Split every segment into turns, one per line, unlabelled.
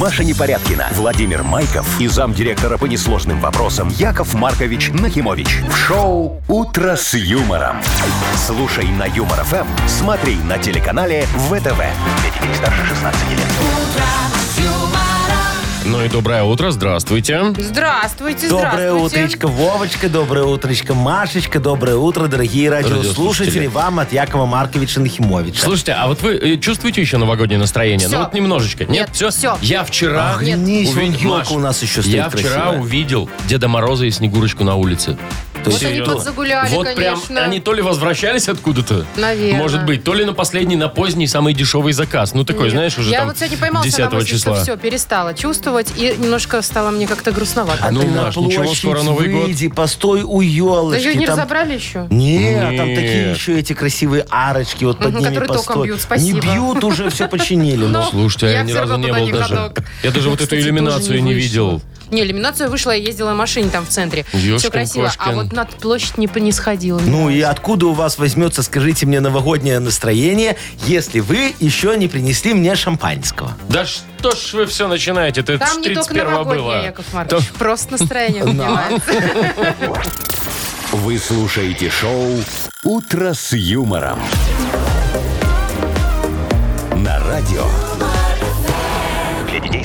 Маша Непорядкина, Владимир Майков и замдиректора по несложным вопросам Яков Маркович Нахимович. В шоу «Утро с юмором». Слушай на Юмор ФМ, смотри на телеканале ВТВ. Для детей старше 16 лет.
Ну и доброе утро, здравствуйте.
Здравствуйте,
Доброе
здравствуйте.
утречко, Вовочка, доброе утречко, Машечка, доброе утро, дорогие
Радиослушатели.
радиослушатели. Вам от Якова Марковича Нахимовича.
Слушайте, а вот вы э, чувствуете еще новогоднее настроение?
Всё.
Ну вот немножечко. Нет,
Нет,
все?
всё.
Я вчера
Охренеть, вон
увидел...
ёлка у нас еще стоит
Я вчера
красивая.
увидел Деда Мороза и Снегурочку на улице.
То
Вот они
Серьезно.
подзагуляли,
Вот прям,
конечно.
они то ли возвращались откуда-то,
Наверное.
может быть, то ли на последний, на поздний, самый дешевый заказ. Ну такой, знаешь, уже
Я
там
вот сегодня поймался
10
на мысли,
числа.
что все, перестала чувствовать, и немножко стало мне как-то грустновато.
А
Ну,
ты на
Маш, ничего,
площадь
скоро Новый год.
выйди, постой у
Да
елочки.
ее не разобрали еще?
Нет, там
Нет.
такие еще эти красивые арочки, вот под
Мгм,
ними
которые током
постой.
бьют, спасибо.
Не бьют, уже все починили.
Ну,
Ну,
Слушайте, а я,
Я
ни
всё
разу
равно
не
туда
был
не
даже.
ходок.
Я даже вот эту
Кстати, тоже
иллюминацию не,
вышла.
видел.
Не, иллюминацию вышла, я ездила на машине там в центре.
Ёшкин
все красиво.
кошкин.
А вот над площадь не, не сходила.
Ну и откуда у вас возьмется, скажите мне, новогоднее настроение, если вы еще не принесли мне шампанского?
Да что ж вы все начинаете? Это
Там
с
не только
31
новогоднее,
было. А,
Яков Маркович. Просто настроение поднимается.
Вы слушаете шоу «Утро с юмором». На радио. Для детей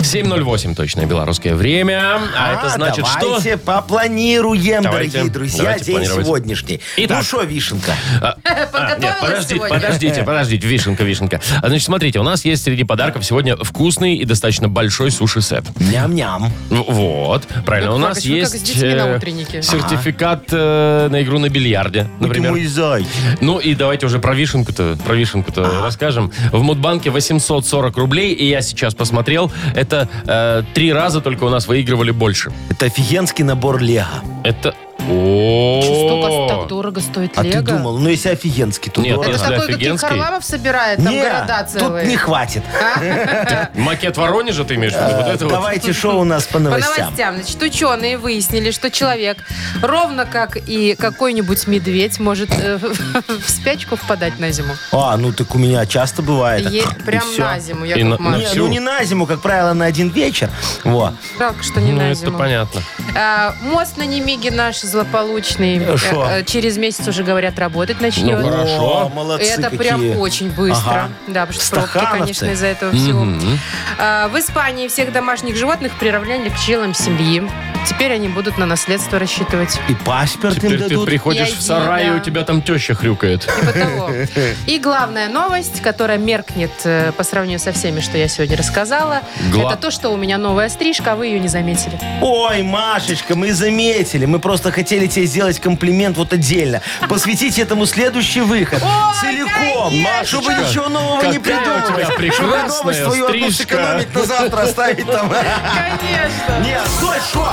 7.08 точное белорусское время. А, это значит, что...
давайте попланируем,
Давайте,
дорогие друзья,
давайте
день
планировать.
сегодняшний.
Итак.
Ну что, Вишенка?
А, нет,
Подготовилась
подождите,
сегодня?
подождите, подождите, вишенка, вишенка. А, Значит, смотрите, у нас есть среди подарков сегодня вкусный и достаточно большой суши-сет.
Ням-ням.
В- Вот, правильно. у
Яков
нас
Маркович, вы Ну, как
есть
с детьми на
э,
утреннике.
сертификат э, на игру на бильярде, например.
Ты мой зайчик.
Ну и давайте уже про вишенку-то, про вишенку-то расскажем. В Мудбанке 840 рублей, и я сейчас посмотрел, это э, три раза только у нас выигрывали больше.
Это офигенский набор лего.
Это... О,
Что так дорого стоит
А ты
лего?
думал, ну если офигенский, то
Нет,
дорого.
Это
Если
такой, какие
офигенский.
Харламов собирает, там А?
Не,
города
тут не
целые.
хватит. Э,
Макет Воронежа ты имеешь в виду? Вот это вот.
Давайте шоу у нас по
По
новостям.
новостям, значит, ученые выяснили, что человек, ровно как и какой-нибудь медведь, может э, в спячку впадать на зиму.
А, ну так у меня часто бывает.
Е-
И
прям
всё.
на зиму, я
И на-
Не,
всю?
ну не на зиму, как правило, на один вечер. Во.
Жалко, что не
Ну,
на
это
зиму.
понятно.
А, мост на Немиге наш злополучный.
Э, шо?
э, э, Через месяц уже, говорят, работать начнет.
Ну, Хорошо.
О, молодцы
это
какие.
прям очень быстро.
Ага.
Да, потому что пробки,
Стахановцы.
конечно, из-за этого всего. А, в Испании всех домашних животных приравняли к членам семьи. Теперь они будут на наследство рассчитывать.
И паспорт им
Теперь ты
дадут.
приходишь
Я
в сарай, и
иди,
у
да.
тебя там теща хрюкает.
Типа того. И главная новость, которая меркнет э, по сравнению со всеми, что я сегодня рассказала,
Гла-
это то, что у меня новая стрижка, а вы ее не заметили.
Ой, Машечка, мы заметили. Мы просто хотели тебе сделать комплимент вот отдельно. Посвятить этому следующий выход. Целиком. Маш, чтобы ничего нового
Какая
не
у
придумывать.
тебя
Чтобы
прекрасная
новость твою одну
стрижка.
сэкономить на завтра оставить там.
Конечно.
Нет, стой, шо?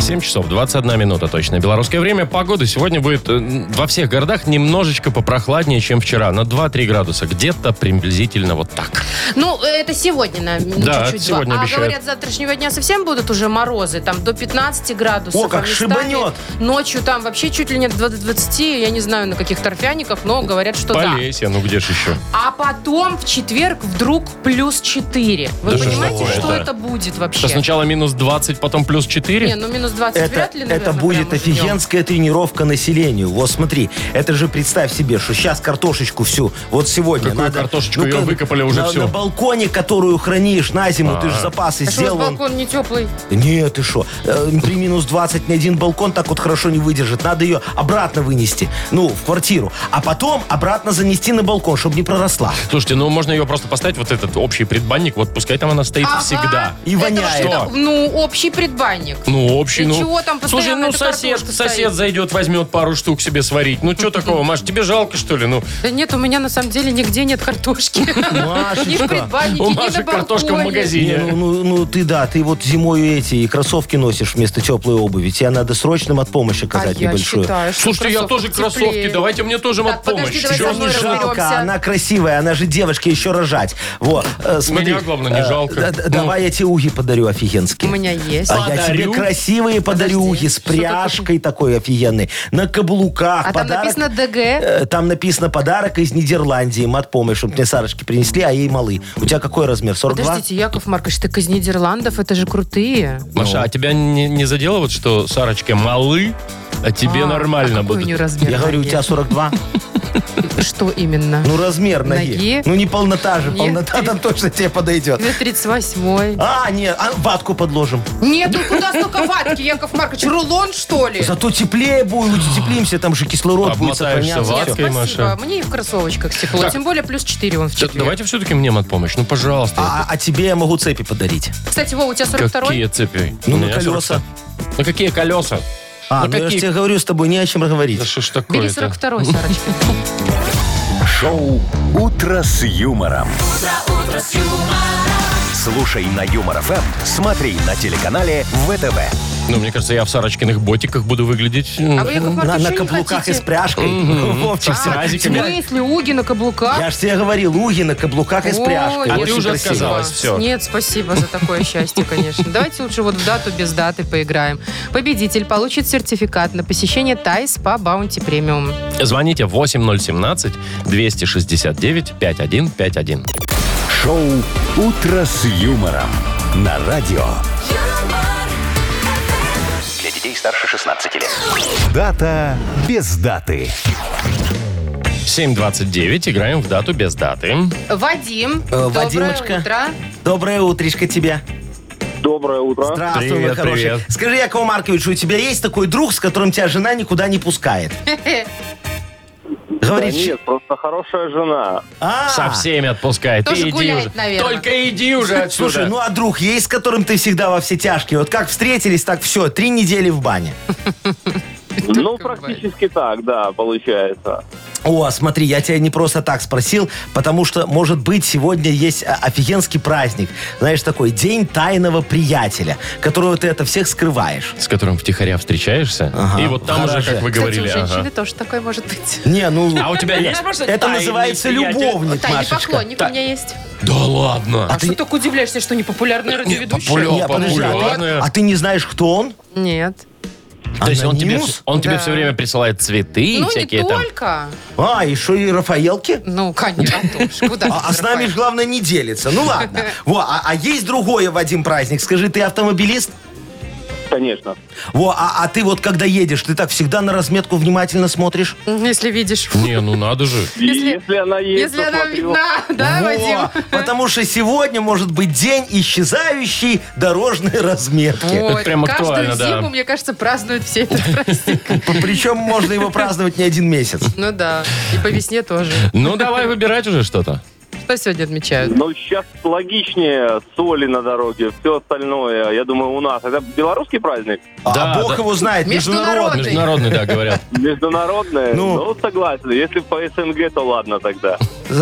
7 часов 21 минута точно. Белорусское время. Погода сегодня будет э, во всех городах немножечко попрохладнее, чем вчера. На 2-3 градуса. Где-то приблизительно вот так.
Ну, э, это сегодня, на ну,
Да,
чуть-чуть.
сегодня
а
обещают.
говорят, с завтрашнего дня совсем будут уже морозы, там до 15 градусов.
О, как
а местами
шибанет.
Ночью там вообще чуть ли не до 20, я не знаю, на каких торфяников, но говорят, что
Полесье, ну где же еще?
да. А потом в четверг вдруг плюс 4. Вы
Да что ж
понимаете,
такое-то?
что, это будет вообще?
Что сначала минус 20, потом плюс 4?
Не, ну минус 20
Это,
вряд ли,
это
наверное,
будет
прямо ждем.
офигенская тренировка населению. Вот смотри, это же представь себе, что сейчас картошечку всю, вот сегодня.
Какую
надо- Ну,
картошечку? Ее
как-
выкопали уже
на,
всю.
На балконе, которую хранишь на зиму, ты же запасы
А что, у вас
сделал.
балкон не теплый?
Нет, ты что? При минус 20 ни один балкон так вот хорошо не выдержит. Надо ее обратно вынести, ну, в квартиру. А потом обратно занести на балкон, чтобы не проросла.
Слушайте, ну можно ее просто поставить, вот этот общий предбанник, вот пускай там она стоит
Ага.
всегда.
И
Это
воняет.
что-то,
Что?
ну, общий предбанник.
Ну, общий,
И
ну.
чего там
Слушай,
постоянно
ну
эта
сосед,
картошка
сосед
стоит?
зайдет, возьмет пару штук себе сварить. Ну, что такого, Маш, тебе жалко, что ли? Ну,
Да нет, у меня на самом деле нигде нет картошки. Ни в предбаннике,
у
ни на
Маши картошка в
балконе.
Не,
магазине.
ну, ну, ну, ты да, ты вот зимой эти и кроссовки носишь вместо теплой обуви. Тебе надо срочно от помощи
А
оказать
я
небольшую.
считаю, что
Слушайте, я тоже
кроссовки
кроссовки,
теплее.
давайте мне тоже
Так,
от помощь.
подожди,
Чё
давай со
Чего
не
мной
не
жалко?
жалко,
разберемся.
она красивая, она же девочке еще рожать. Вот, э, смотри.
главное, не
Э,
жалко.
да- да-
Ну.
Давай я тебе уги подарю офигенские.
У меня есть.
А я тебе
Подарю?
красивые красивой
Подожди,
подарюхи с
что такое?
пряжкой такой офигенной, на каблуках.
А там
подарок-
написано ДГ.
Э, Там написано подарок из Нидерландии. Мат помощь, чтобы мне Сарочки принесли, а ей малы. У тебя какой размер? 42?
Подождите, Яков Маркович, так из Нидерландов, это же крутые.
Маша, а тебя не, не задело вот, что Сарочке малы, а тебе
А,
нормально
а какой
будет?
у нее размер
Я говорю, у
ноги?
тебя 42?
Что именно?
Ну, размер ноги.
Ноги?
Ну, не полнота же.
Нет.
Полнота там точно тебе подойдет.
Мне 38
А, нет, а ватку подложим.
Нет, ну куда столько ватки, Яков Маркович? Рулон, что ли?
Зато теплее будет, утеплимся, там же кислород будет
Обмотаешься
сохраняться.
Нет,
ваткой.
всё.
Ваткой,
спасибо.
Маша.
Мне и в кроссовочках тепло.
Так.
Тем более плюс 4 он в
Всё,
четверг.
Давайте все-таки мне помощь. Ну, пожалуйста.
А, а тебе я могу цепи подарить.
Кстати, Вова, у тебя 42
Какие цепи?
Ну,
У
на
меня
колеса.
42. На какие колеса?
А,
Ну,
ну, я же
какие?
тебе говорю, с тобой не о чем
Да
говорить.
что ж
Бери
такое-то?
42 Сарочка.
Шоу «Утро с юмором». Слушай на Юмор ФМ, смотри на телеканале ВТВ.
Ну, мне кажется, я в Сарочкиных ботиках буду выглядеть.
А вы, Яков
На,
Маркович,
на
что не
каблуках и с
хотите?
пряжкой. Вовчик,
А,
всё.
разик.
В смысле, уги на каблуках?
Я же тебе говорил, уги на каблуках и с
Ой,
пряжкой.
А ты
Очень
уже
красиво.
отказалась. всё.
Нет, спасибо за такое счастье, конечно. Давайте лучше вот в дату без даты поиграем. Победитель получит сертификат на посещение Тайс по Баунти Премиум.
Звоните 8017-269-5151.
Шоу «Утро с юмором» на радио. Для детей старше 16 лет. Дата без даты.
7.29. Играем в дату без даты.
Вадим, доброе
Э, Вадимочка.
утро.
Доброе утречко тебе.
Доброе утро.
Здравствуй,
Привет,
мой хороший.
привет.
Скажи, Яков Маркович, у тебя есть такой друг, с которым тебя жена никуда не пускает?
Да
Говорит,
нет, просто хорошая жена.
а,
Со всеми отпускает.
Тоже
Ты иди
гуляет,
уже.
наверное.
Только иди уже отсюда.
Слушай, ну а друг есть, с которым ты всегда во все тяжкие? Вот как встретились, так все, три недели в бане.
Ну, практически так, да, получается.
О, смотри, я тебя не просто так спросил, потому что, может быть, сегодня есть а, офигенский праздник. Знаешь, такой день тайного приятеля, которого ты это всех скрываешь.
С которым втихаря встречаешься.
Ага,
И вот там
в
уже,
гараже.
как вы
Кстати,
говорили.
у женщины
ага.
тоже такое может быть.
Не, ну...
А у тебя есть?
Это
Тайный
называется
приятель.
любовник,
Тайный
Машечка.
поклонник
Та-
у меня есть.
Да ладно.
А, что так удивляешься, что не популярная
Нет,
радиоведущая?
популя-
Не, подожди, а ты-
популярная.
а ты не знаешь, кто он?
Нет.
То есть он тебе,
Анонимус?
он тебе
Да.
все время присылает цветы и
Ну, не
всякие там.
только.
А, еще и Рафаэлки?
Ну, конечно, Антош, куда
А, а
ты,
с нами
Рафаэль?
же, главное, не делится. Ну ладно. Во, а, а есть другое, Вадим, праздник. Скажи, ты автомобилист?
Конечно.
Во, а, а ты вот когда едешь, ты так всегда на разметку внимательно смотришь?
Если видишь.
Не, ну надо же.
И
Если-
Если, она есть,
Если
то
она
смотрю.
видна, да,
Во,
Вадим?
Потому что сегодня может быть день исчезающей дорожной разметки.
Вот,
Это прям актуально,
каждую
да.
зиму, мне кажется, празднуют все этот праздник.
Причем можно его праздновать не один месяц.
Ну да, и по весне тоже.
Ну давай выбирать уже что-то.
Что сегодня отмечают?
Ну, сейчас логичнее соли на дороге, все остальное, я думаю, у нас. Это белорусский праздник,
А-
Да,
а бог
да.
его знает,
Международный.
международный.
Международный, да, говорят.
международный.
Ну.
Ну, согласен, если по СНГ, то ладно тогда.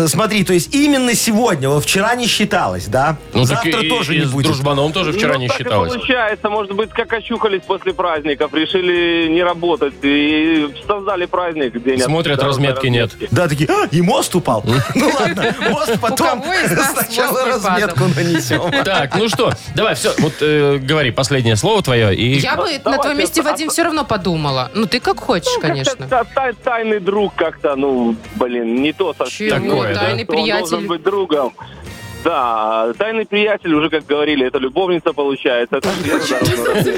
Смотри, то есть именно сегодня, вот вчера не считалось, да?
Ну, так
Завтра
и-
тоже
и
не
с
будет.
дружбаном тоже вчера
Ну,
не
так и
считалось.
получается, может быть, как очухались после праздников, решили не работать и создали праздник. День
Смотрят,
от-
разметки нет.
Да, такие, «А, и мост упал. Ну ладно, мост потом
кого из нас
сначала
мост не
разметку нанесем.
Так, ну что, давай, все, вот э, говори последнее слово твое и...
Я бы на
давайте,
твоем месте,
а-
Вадим, все равно подумала. Ну ты как хочешь, конечно.
Как-то та- та- Тайный друг как-то, ну, блин, не то совсем. Ну,
Чего?
Такое, да?
Тайный
Что он должен
приятель.
быть другом. Да, тайный приятель, уже как говорили, это любовница получается. Это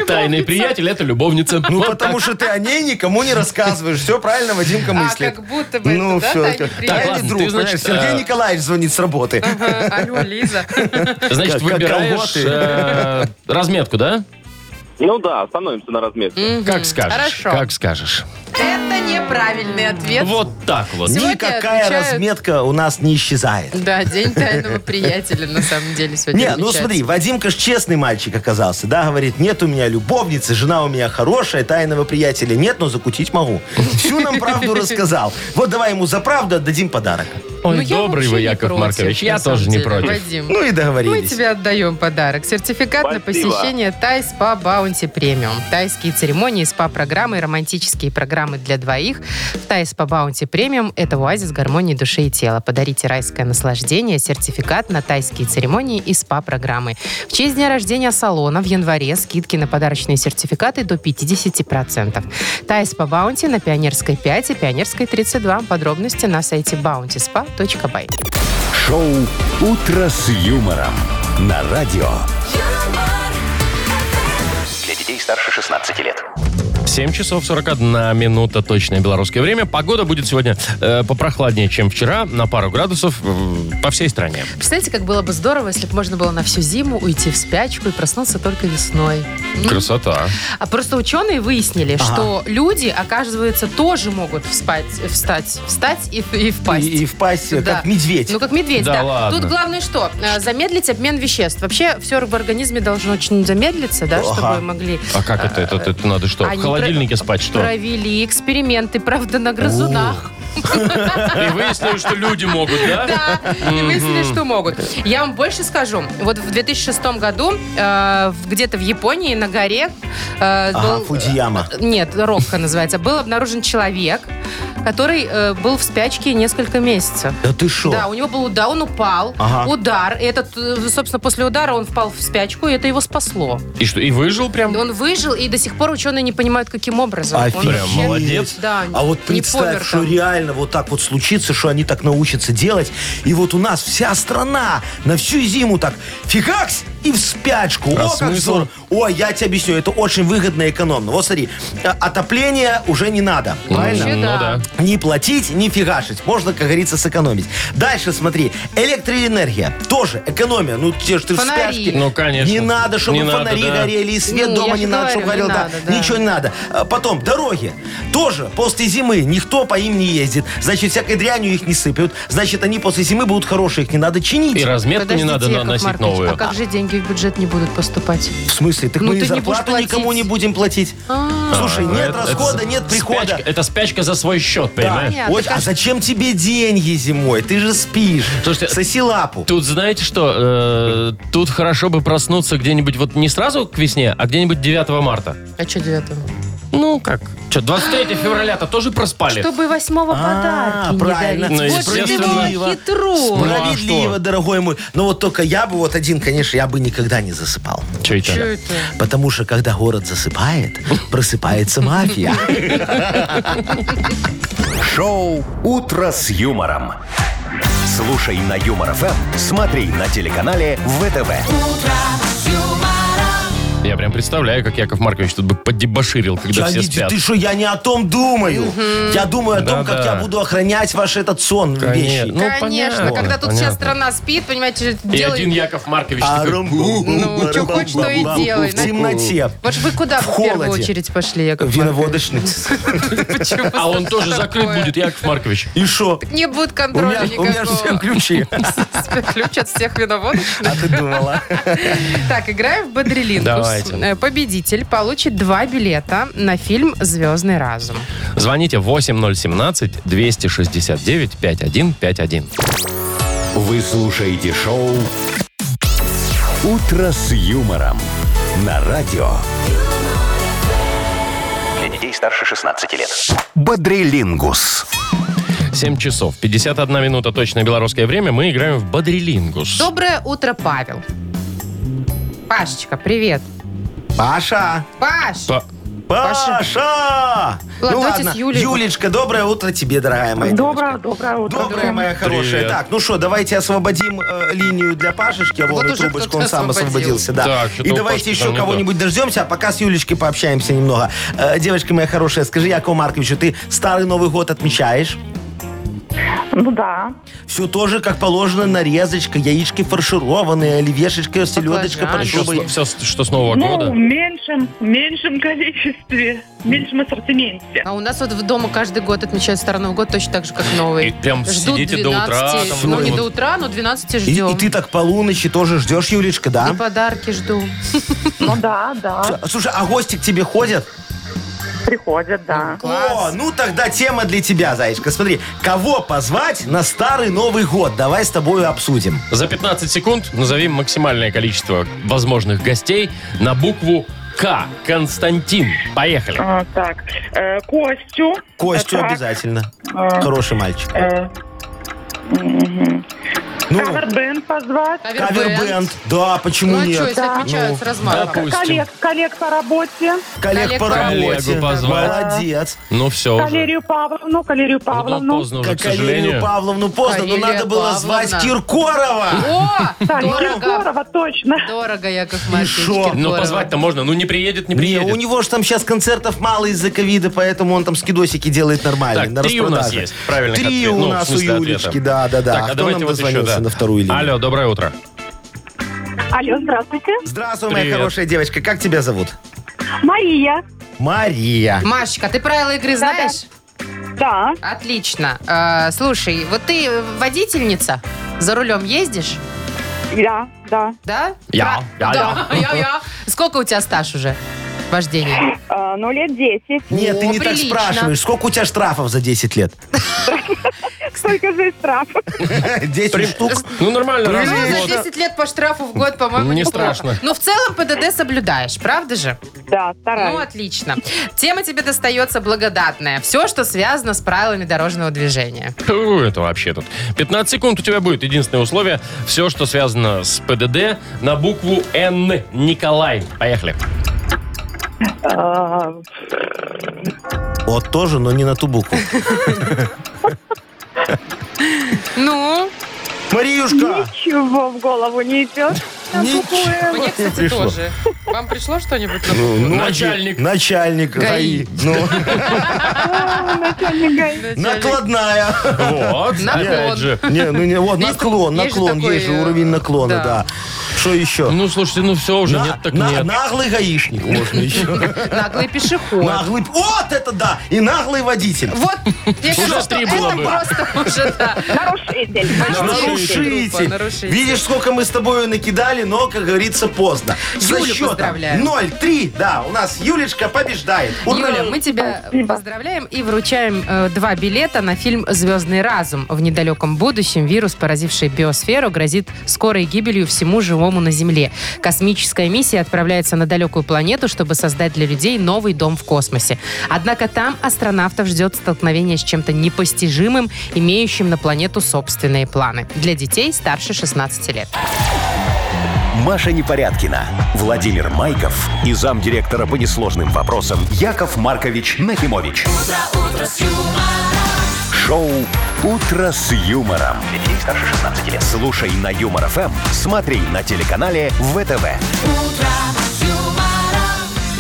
Тайный приятель — это любовница.
Ну,
Вот
потому что ты о ней никому не рассказываешь. Все правильно Вадимка
А,
мыслит.
как будто бы
ну,
это, да,
все,
тайный
как-
приятель?
тайный
Так, ладно,
друг.
ты, значит,
понимаешь? Сергей
э,
Николаевич звонит с работы.
Ага, Э, Алло, Лиза.
так, Значит,
как- как
выбираешь
колготы.
э, разметку, да?
Ну да, становимся на разметке.
Как скажешь.
Хорошо.
Как скажешь.
Это неправильный ответ.
Вот так вот.
Сегодня
Никакая
отмечают-
разметка у нас не исчезает.
Да, день тайного приятеля на самом деле сегодня
Не, ну
отмечается.
смотри, Вадимка ж честный мальчик оказался, да, говорит, нет у меня любовницы, жена у меня хорошая, тайного приятеля нет, но закутить могу. Всю нам правду рассказал. Вот давай ему за правду отдадим подарок.
Ой,
Ну, я
добрый
вообще
вы,
не
Яков
против,
Маркович.
на
Я
самом
тоже не
деле.
против.
Вадим,
Ну и
мы
договорились.
тебе отдаем подарок. Сертификат на
Спасибо.
посещение Тай Спа Баунти Премиум. Тайские церемонии, спа-программы и романтические программы для двоих. В Тай Спа Баунти Премиум это оазис гармонии души и тела. Подарите райское наслаждение, сертификат на тайские церемонии и спа-программы. В честь дня рождения салона в январе скидки на подарочные сертификаты до 50%. Тай Спа Баунти на Пионерской 5 и Пионерской 32. Подробности на сайте bountyspa.by.
Шоу «Утро с юмором» на радио.
юмор,
Для детей старше 16 лет.
7 часов 41 минута точное белорусское время. Погода будет сегодня э, попрохладнее, чем вчера, на пару градусов э, по всей стране.
Представляете, как было бы здорово, если бы можно было на всю зиму уйти в спячку и проснуться только весной. М?
Красота.
А просто ученые выяснили,
Ага.
что люди, оказывается, тоже могут вспать, встать, встать и, и впасть.
И, и впасть, э,
Да.
как медведь.
Ну, как медведь,
Да
да.
ладно.
Тут главное что? Э, Замедлить обмен веществ. Вообще, все в организме должно очень замедлиться, да, чтобы могли... э,
А как это? Это, это надо что? В
Они
холодильнике
про-
спать что?
Провели эксперименты, правда, на грызунах.
И выяснили, что люди могут, да?
Да, и выяснили, что могут. Я вам больше скажу. Вот в 2006 году э, в- где-то в Японии на горе э,
Ага,
был-
Фудзияма.
Нет, Рокко называется. Был обнаружен человек, который э, был в спячке несколько месяцев.
Да ты шо?
Да, у него был удар, он упал,
Ага.
удар. И этот, э, собственно, после удара он впал в спячку, и это его спасло.
И что, и выжил прям?
Он выжил, и до сих пор ученые не понимают, каким образом. Он
Офигеть.
Прям
вообще-
молодец.
Да,
А вот
не
представь,
помер
что
там.
реально вот так вот случится, что они так научатся делать. И вот у нас вся страна на всю зиму так фигакс и в спячку.
А
О, как
смысл?
здорово. О, я тебе объясню, это очень выгодно и экономно. Вот смотри, э, отопление уже не надо.
Ну,
Правильно?
Вообще
Ну
да.
да.
Не платить, не фигашить. Можно, как говорится, сэкономить. Дальше смотри. Электроэнергия. Тоже экономия. Ну, те же ты в
Фонари.
спячке.
Ну, конечно.
Не надо, чтобы
Не надо,
фонари
да.
горели, и свет
Ну, я
дома
же
не надо, чтобы
говорю,
горел.
не
да.
надо, да.
Ничего не надо. А Потом, дороги. Тоже после зимы никто по им не ездит. Значит, всякой дрянью их не сыпят. Значит, они после зимы будут хорошие, их не надо чинить.
И разметку не
Подождите,
надо
Яков
наносить
Маркович,
новую.
А как же деньги в бюджет не будут поступать?
В смысле? Так
Ну,
мы и
ты не будешь
зарплату никому
платить. А.
не будем платить. Слушай,
Ну,
нет
это-
расхода,
это
нет прихода.
спячка- это спячка за свой счет,
Да.
понимаешь?
Понятно.
Ой, а зачем тебе деньги зимой? Ты же спишь.
Слушайте,
Соси лапу.
Тут, знаете что, э, тут хорошо бы проснуться где-нибудь, вот не сразу к весне, а где-нибудь 9 марта.
А что девятого?
Ну, как? Что, 23 февраля-то тоже проспали?
Чтобы восьмого
А,
подарки не
правильно.
дарить.
Ну,
Вот же ты
естественно.
была хитру.
Ну, а
Справедливо,
что?
дорогой мой. Но вот только я бы вот один, конечно, я бы никогда не засыпал.
Чё это?
Чё это?
Потому что когда город засыпает, просыпается мафия.
Шоу «Утро с юмором». Слушай на Юмор ФМ, смотри на телеканале ВТВ.
Я прям представляю, как Яков Маркович тут бы поддебоширил, когда
Я
все
не-
спят.
Ты что, я не о том думаю. Я думаю о том, как
Да-да.
я буду охранять ваш этот сон
Конечно.
вещи.
Ну,
Конечно,
понятно,
когда тут вся
понятно.
страна спит, понимаете,
И
делает...
один Яков Маркович
А,
такой,
Ну, что хочешь, то и делай.
В темноте.
Вот ж вы куда
В
в первую
холоде.
очередь пошли, Яков Маркович?
Виноводочный.
Почему
а он
что
тоже
такое?
закрыт будет, Яков Маркович.
И шо?
Не будет
У меня
контроля
у меня же все
никакого.
ключи.
Ключ от всех виноводов.
А ты думала?
Так, играем в Бодрилингус.
Давайте.
Э, Победитель получит два билета на фильм «Звездный разум».
Звоните 8017-269-5151.
Вы слушаете шоу «Утро с юмором» на радио
Для детей старше 16 лет.
«Бодрилингус».
7 часов 51 минута точное белорусское время. Мы играем в Бодрилингус.
Доброе утро, Павел. Пашечка, привет.
Паша!
Паш!
Па-
Паша!
Ладно,
Ну
давайте
ладно,
с Юлей.
Юлечка, доброе утро тебе, дорогая моя.
Доброе, доброе утро.
Доброе, моя хорошая.
Привет.
Так, ну что, давайте освободим э, линию для Пашечки. Вон
Вот
и
уже
трубочку,
кто-то
он сам
освободил.
освободился. Да.
Так, что-то
и
у
давайте
Пашки
еще
там не то.
кого-нибудь дождемся, а пока с Юлечкой пообщаемся немного. Э, девочка моя хорошая, скажи, Якову Марковичу, ты Старый Новый год отмечаешь?
Ну да.
Все тоже, как положено, нарезочка, яички фаршированные,
Ну,
оливьешечка, селедочка
А,
под
Еще
шубой.
с- все, что с Нового
Ну, в
года.
меньшем, меньшем количестве, в меньшем ассортименте.
А у нас вот в дома каждый год отмечают Старый Новый год точно так же, как новый.
И прям сидите до утра. там,
ну,
вот
не
это
до
вот.
утра, но 12
И,
ждем.
и ты так полуночи тоже ждешь, Юлечка,
Ну,
да?
И подарки жду.
Хм.
Ну да, да.
Слушай, а гости к тебе ходят?
Приходят, да.
О, ну тогда тема для тебя, Зайчка. Смотри, кого позвать на Старый Новый Год? Давай с тобой обсудим.
За 15 секунд назови максимальное количество возможных гостей на букву К. Константин. Поехали.
А, так, э, Костю.
Костю
Так,
обязательно.
э,
Хороший мальчик.
э, мгм.
Ну,
Кавербенд позвать.
кавербенд. Да, Ну, почему
Ну, а что,
нет?
если отмечают с размахом?
Допустим.
Коллег, коллег по работе.
Коллег по
Коллегу
работе.
позвать.
Молодец.
Ну все уже.
Калерию Павловну, Калерию
Ну, да,
Павловну.
поздно уже, к
Как Калерию
сожалению.
Павловну поздно, но
Калерия
надо было
Павловна.
звать Киркорова.
О,
Так,
дорого,
Киркорова, точно.
дорого, Яков Маркович.
шо?
Киркоров.
Но позвать-то можно. Ну не приедет, не
Не,
приедет.
у него же там сейчас концертов мало из-за ковида, поэтому он там скидосики делает нормально.
Так,
на
три у нас
распродаже.
есть правильных
Три
ответ-
у
ну, в
нас у
смысле ответа.
Юлечки, да, да, да.
Так, а
Кто
давайте
нам
вот еще,
дозвонился
да.
на вторую линию?
Алло, доброе утро.
Алло, здравствуйте.
Здравствуй,
Привет.
моя хорошая девочка. Как тебя зовут?
Мария.
Мария.
Машечка, ты правила игры знаешь?
Да.
Отлично. Э, слушай, вот ты водительница, за рулем ездишь,
Да, да.
да?
Я,
Пра-
я,
да, я, я. Сколько у тебя стаж уже вождения?
А, ну, лет 10.
Нет, ты
О,
не так
прилично.
спрашиваешь. Сколько у тебя штрафов за 10 лет?
Столько же и штрафов.
10 штук?
Ну нормально, раз
Ну,
в
за
год.
10 лет по штрафу в год, по-моему,
Не
неплохо.
страшно.
Но в целом ПДД соблюдаешь, правда же?
Да,
Ну,
стараюсь.
отлично. Тема тебе достается благодатная. Все, что связано с правилами дорожного движения.
Фу, это вообще тут. 15 секунд у тебя будет. Единственное условие. Все, что связано с ПДД, на букву Н. Николай. Поехали.
А,
Вот тоже, но не на ту букву.
Ну,
Мариюшка!
Ничего в голову не идет.
Ничего
мне,
не
кстати,
пришло.
тоже. Вам пришло что-нибудь? на
Ну, ну,
Начальник.
Начальник.
ГАИ.
ГАИ. Ну, накладная.
Вот.
Наклон.
Опять же.
Не, ну не, вот,
Есть
наклон,
так- есть
наклон,
же
есть же
такой, э,
уровень наклона,
да.
да. Что еще?
Ну, слушайте, ну все уже,
На-
нет так
на-
нет.
Наглый гаишник можно еще.
Наглый пешеход.
Наглый... Вот это да! И наглый водитель.
Вот, мне
Уже
кажется, что
три было
это
бы.
просто уже, да.
Нарушитель.
Нарушитель. Группа
Нарушитель.
нарушителей.
Видишь, сколько мы с тобой накидали, но, как говорится, поздно.
Юлю
За счетом
поздравляем.
0-3, да, у нас Юлечка побеждает. Ура!
Юля, мы тебя поздравляем и вручаем э, два билета на фильм «Звездный разум». В недалеком будущем вирус, поразивший биосферу, грозит скорой гибелью всему живому на Земле. Космическая миссия отправляется на далекую планету, чтобы создать для людей новый дом в космосе. Однако там астронавтов ждет столкновение с чем-то непостижимым, имеющим на планету собственные планы. Для детей старше 16 лет.
Маша Непорядкина, Владимир Майков и замдиректора по несложным вопросам Яков Маркович Нахимович. Шоу Утро с юмором.
Для детей старше 16 лет.
Слушай на юмор ФМ, смотри на телеканале ВТВ.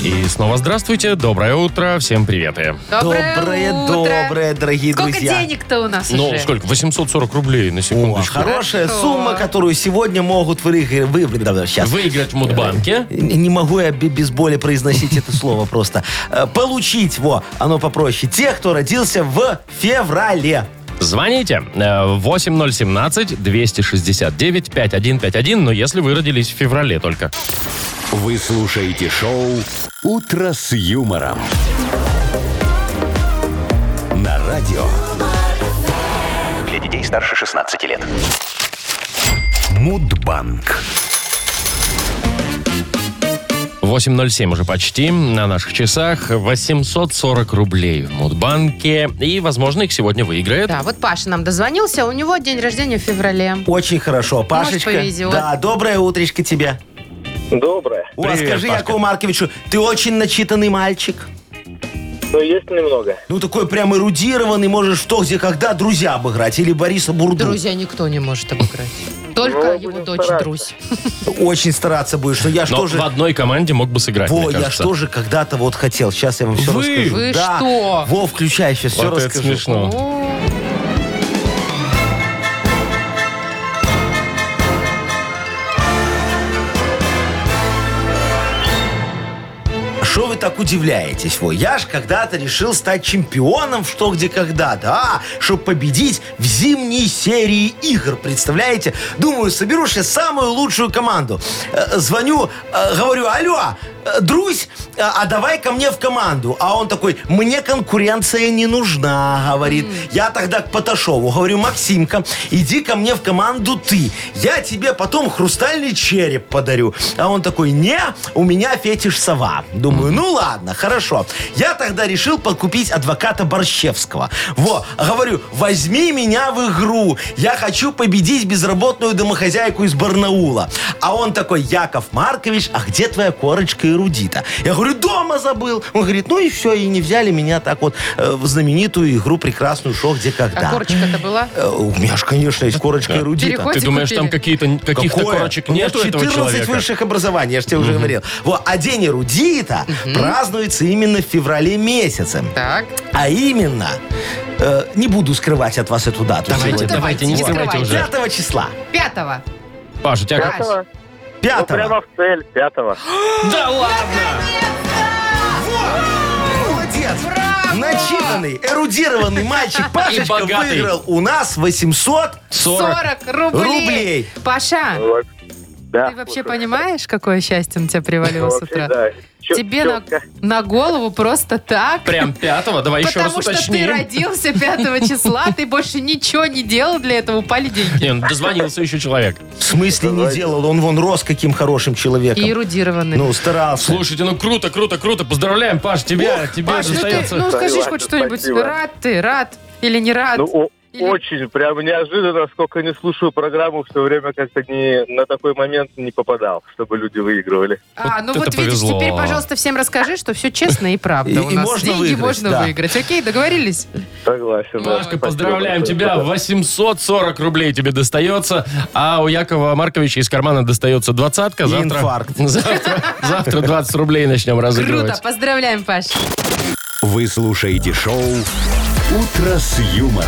И снова здравствуйте, доброе утро, всем привет. э.
Доброе,
Доброе,
утро.
доброе, дорогие
Сколько
друзья.
денег-то у нас
Ну,
уже?
сколько? 840 рублей на
О,
секундочку.
хорошая
Хорошо.
сумма, которую сегодня могут выиграть. Вы, сейчас.
Выиграть в Мудбанке.
Не могу я бе- без боли произносить это слово просто. Э, Получить, во, оно попроще. Тех, кто родился в феврале.
Звоните э, 8017-269-5151, но если вы родились в феврале только.
Вы слушаете шоу Утро с юмором. На радио
Для детей старше 16 лет.
Мудбанк.
8.07 уже почти на наших часах. 840 рублей в Мудбанке. И, возможно, их сегодня выиграет.
Да, вот Паша нам дозвонился, у него день рождения в феврале.
Очень хорошо. Пашечка,
повезет.
да, доброе утречко тебе.
Доброе.
О,
Привет,
скажи,
Пашка.
Якову Марковичу, ты очень начитанный мальчик.
Ну, есть немного.
Ну, такой прям эрудированный, можешь что, где, когда друзья обыграть. Или Бориса Бурду.
Друзья никто не может обыграть. Только
Ну,
его
будем
дочь
стараться.
Друзь.
Очень стараться будешь. Но я
Но
а что же...
в одной команде мог бы сыграть,
Во,
мне
я
кажется.
что же когда-то вот хотел. Сейчас я вам все
Вы?
расскажу.
Вы
Да.
что?
Во, включай, сейчас все
Вот это
расскажу. Ну,
смешно.
Что вы так удивляетесь? Во, я ж когда-то решил стать чемпионом в что, где, когда. Да, чтобы победить в зимней серии игр. Представляете? Думаю, соберу сейчас самую лучшую команду. Э, Звоню, э, говорю, алло, э, Друзь, э, а давай ко мне в команду. А он такой, мне конкуренция не нужна, говорит. Я тогда к Поташову говорю, Максимка, иди ко мне в команду ты. Я тебе потом хрустальный череп подарю. А он такой, не, у меня фетиш сова. Думаю, ну ладно, хорошо. Я тогда решил подкупить адвоката Борщевского. Во, говорю, возьми меня в игру. Я хочу победить безработную домохозяйку из Барнаула. А он такой, Яков Маркович, а где твоя корочка эрудита? Я говорю, дома забыл. Он говорит, ну и все, и не взяли меня так вот э, в знаменитую игру прекрасную «Шо, где,
А
когда».
корочка-то была?
Э, У меня же, конечно, есть корочка эрудита.
Переход
Ты
Котик
думаешь, там
купили.
какие-то каких-то
Какое?
корочек
У меня
нету этого
14
человека?
высших образований, я же тебе уже говорил. Вот, а День эрудита празднуется именно в феврале месяце.
Так.
А именно, э, не буду скрывать от вас эту дату.
Давайте,
Ну,
сегодня.
давайте,
давайте,
не
не
скрывайте
скрывайте.
уже.
5 числа.
Пятого.
Паш, у тебя как?
Пятого.
Ну,
5
прямо в цель, пятого.
Да ладно!
Молодец! Начитанный, эрудированный мальчик Пашечка
богатый.
выиграл у нас 800
40.
40 рублей.
Рублей.
Паша,
Да. Ну,
ты вообще понимаешь, какое счастье на тебя привалило с утра? Тебе на, на голову просто так.
Прям пятого? Давай еще раз
Потому что ты
уточним.
родился 5 числа, ты больше ничего не делал, для этого упали деньги.
Не, ну, дозвонился еще человек.
В смысле не делал? Он вон рос каким хорошим человеком.
И эрудированный.
Ну, старался.
Слушайте, ну круто, круто, круто. Поздравляем, Паш, тебя, тебе
Паш, ну, ты,
достается.
ну скажи
Согласен,
хоть что-нибудь.
спасибо.
Рад ты, рад или не рад?
Ну, о-
Или-
очень прям неожиданно, сколько не слушаю программу, все время как-то не, на такой момент не попадал, чтобы люди выигрывали.
а,
вот
ну
это
вот видишь,
повезло.
теперь, пожалуйста, всем расскажи, что все честно и правда
И-
у
и
нас.
можно
Деньги
выиграть,
можно
да.
выиграть. Окей, договорились?
Согласен. да.
Пашка,
Спасибо
поздравляем
большое.
тебя. 840 рублей тебе достается. А у Якова Марковича из кармана достается двадцатка.
И
Завтра,
инфаркт.
Завтра, завтра 20 рублей начнем
Круто,
разыгрывать.
поздравляем, Паш.
Вы слушаете шоу «Утро с юмором»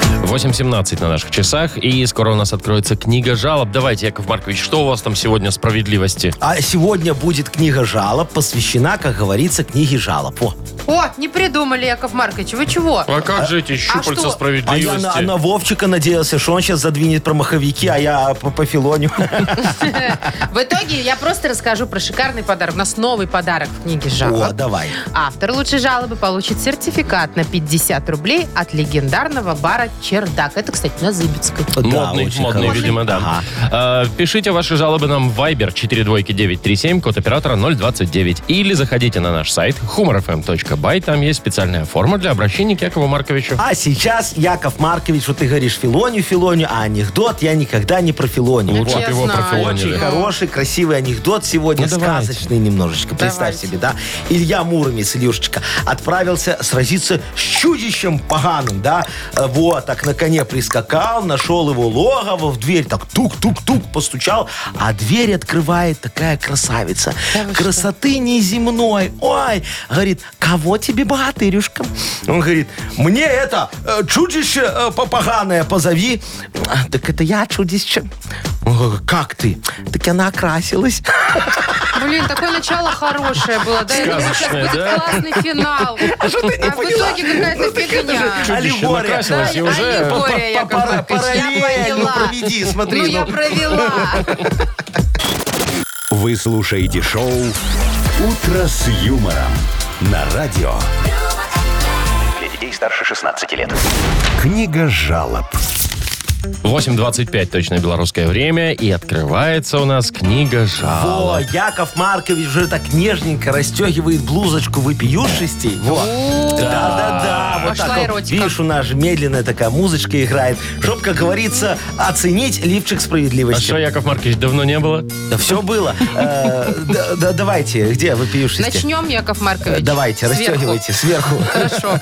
8.17 на наших часах. И скоро у нас откроется книга жалоб. Давайте, Яков Маркович, что у вас там сегодня справедливости?
А сегодня будет книга жалоб, посвящена, как говорится, книге жалоб. О,
О, не придумали, Яков Маркович, вы чего?
А как же эти щупальца
что?
а я
справедливости?
на, на Вовчика надеялся, что он сейчас задвинет про маховики, а я по, по филоню.
В итоге я просто расскажу про шикарный подарок. У нас новый подарок в книге жалоб.
О, давай.
Автор лучшей жалобы получит сертификат на 50 рублей от легендарного бара «Чердак». Это, кстати, на Зыбицкой.
Модный,
очень
модный,
хороший.
видимо, да.
Ага.
Э, пишите ваши жалобы нам в Viber 42937, код оператора 029. Или заходите на наш сайт humorfm.by. Там есть специальная форма для обращения к Якову Марковичу.
А сейчас, Яков Маркович, вот ты говоришь филоню, филоню, а анекдот я никогда не про филоню.
Лучше
Вот.
бы его
Честно,
профилонили.
Очень хороший, красивый анекдот сегодня,
Ну, давайте.
сказочный немножечко. Представь
Давайте.
себе, да? Илья Муромец, Ильюшечка, отправился сразиться с чудищем поганым, да? Э, Вот, так на коне прискакал, нашел его логово, в дверь так тук-тук-тук постучал, а дверь открывает такая красавица. Красоты неземной. Ой, говорит, кого тебе, богатырюшка? Он говорит, мне это, э, чудище э, по- поганое позови. «А, Так это я чудище. Он говорит, Как ты? Так она окрасилась.
Блин, такое начало хорошее было. Да, я думаю, сейчас
Сказочное,
будет
да?
классный финал. А в итоге какая-то фигня.
Чудище
Аллегория.
накрасилась и
Да,
э,
уже...
аллегория. Боря,
Пар-
Яков
пар-
Маркович, я
параллель, ну,
поняла.
проведи,
Ну,
смотри.
я
ну.
провела.
Вы слушаете шоу «Утро с юмором» на радио.
Для детей старше 16 лет.
Книга жалоб.
8.25 точно белорусское время. И открывается у нас книга
Во,
жалоб.
Яков Маркович уже так нежненько расстегивает блузочку выпиющести. Вот. Да-да-да. Вот
Пошла
так вот.
эротика.
Видишь, у нас же медленная такая музычка играет. Чтоб, как говорится, оценить лифчик
А что,
справедливости.
Яков Маркович, давно не было?
Да все было. Э, да- да- Давайте, где выпиющести?
Начнем, Яков Маркович.
Э, Давайте,
Сверху.
расстегивайте сверху.
Хорошо.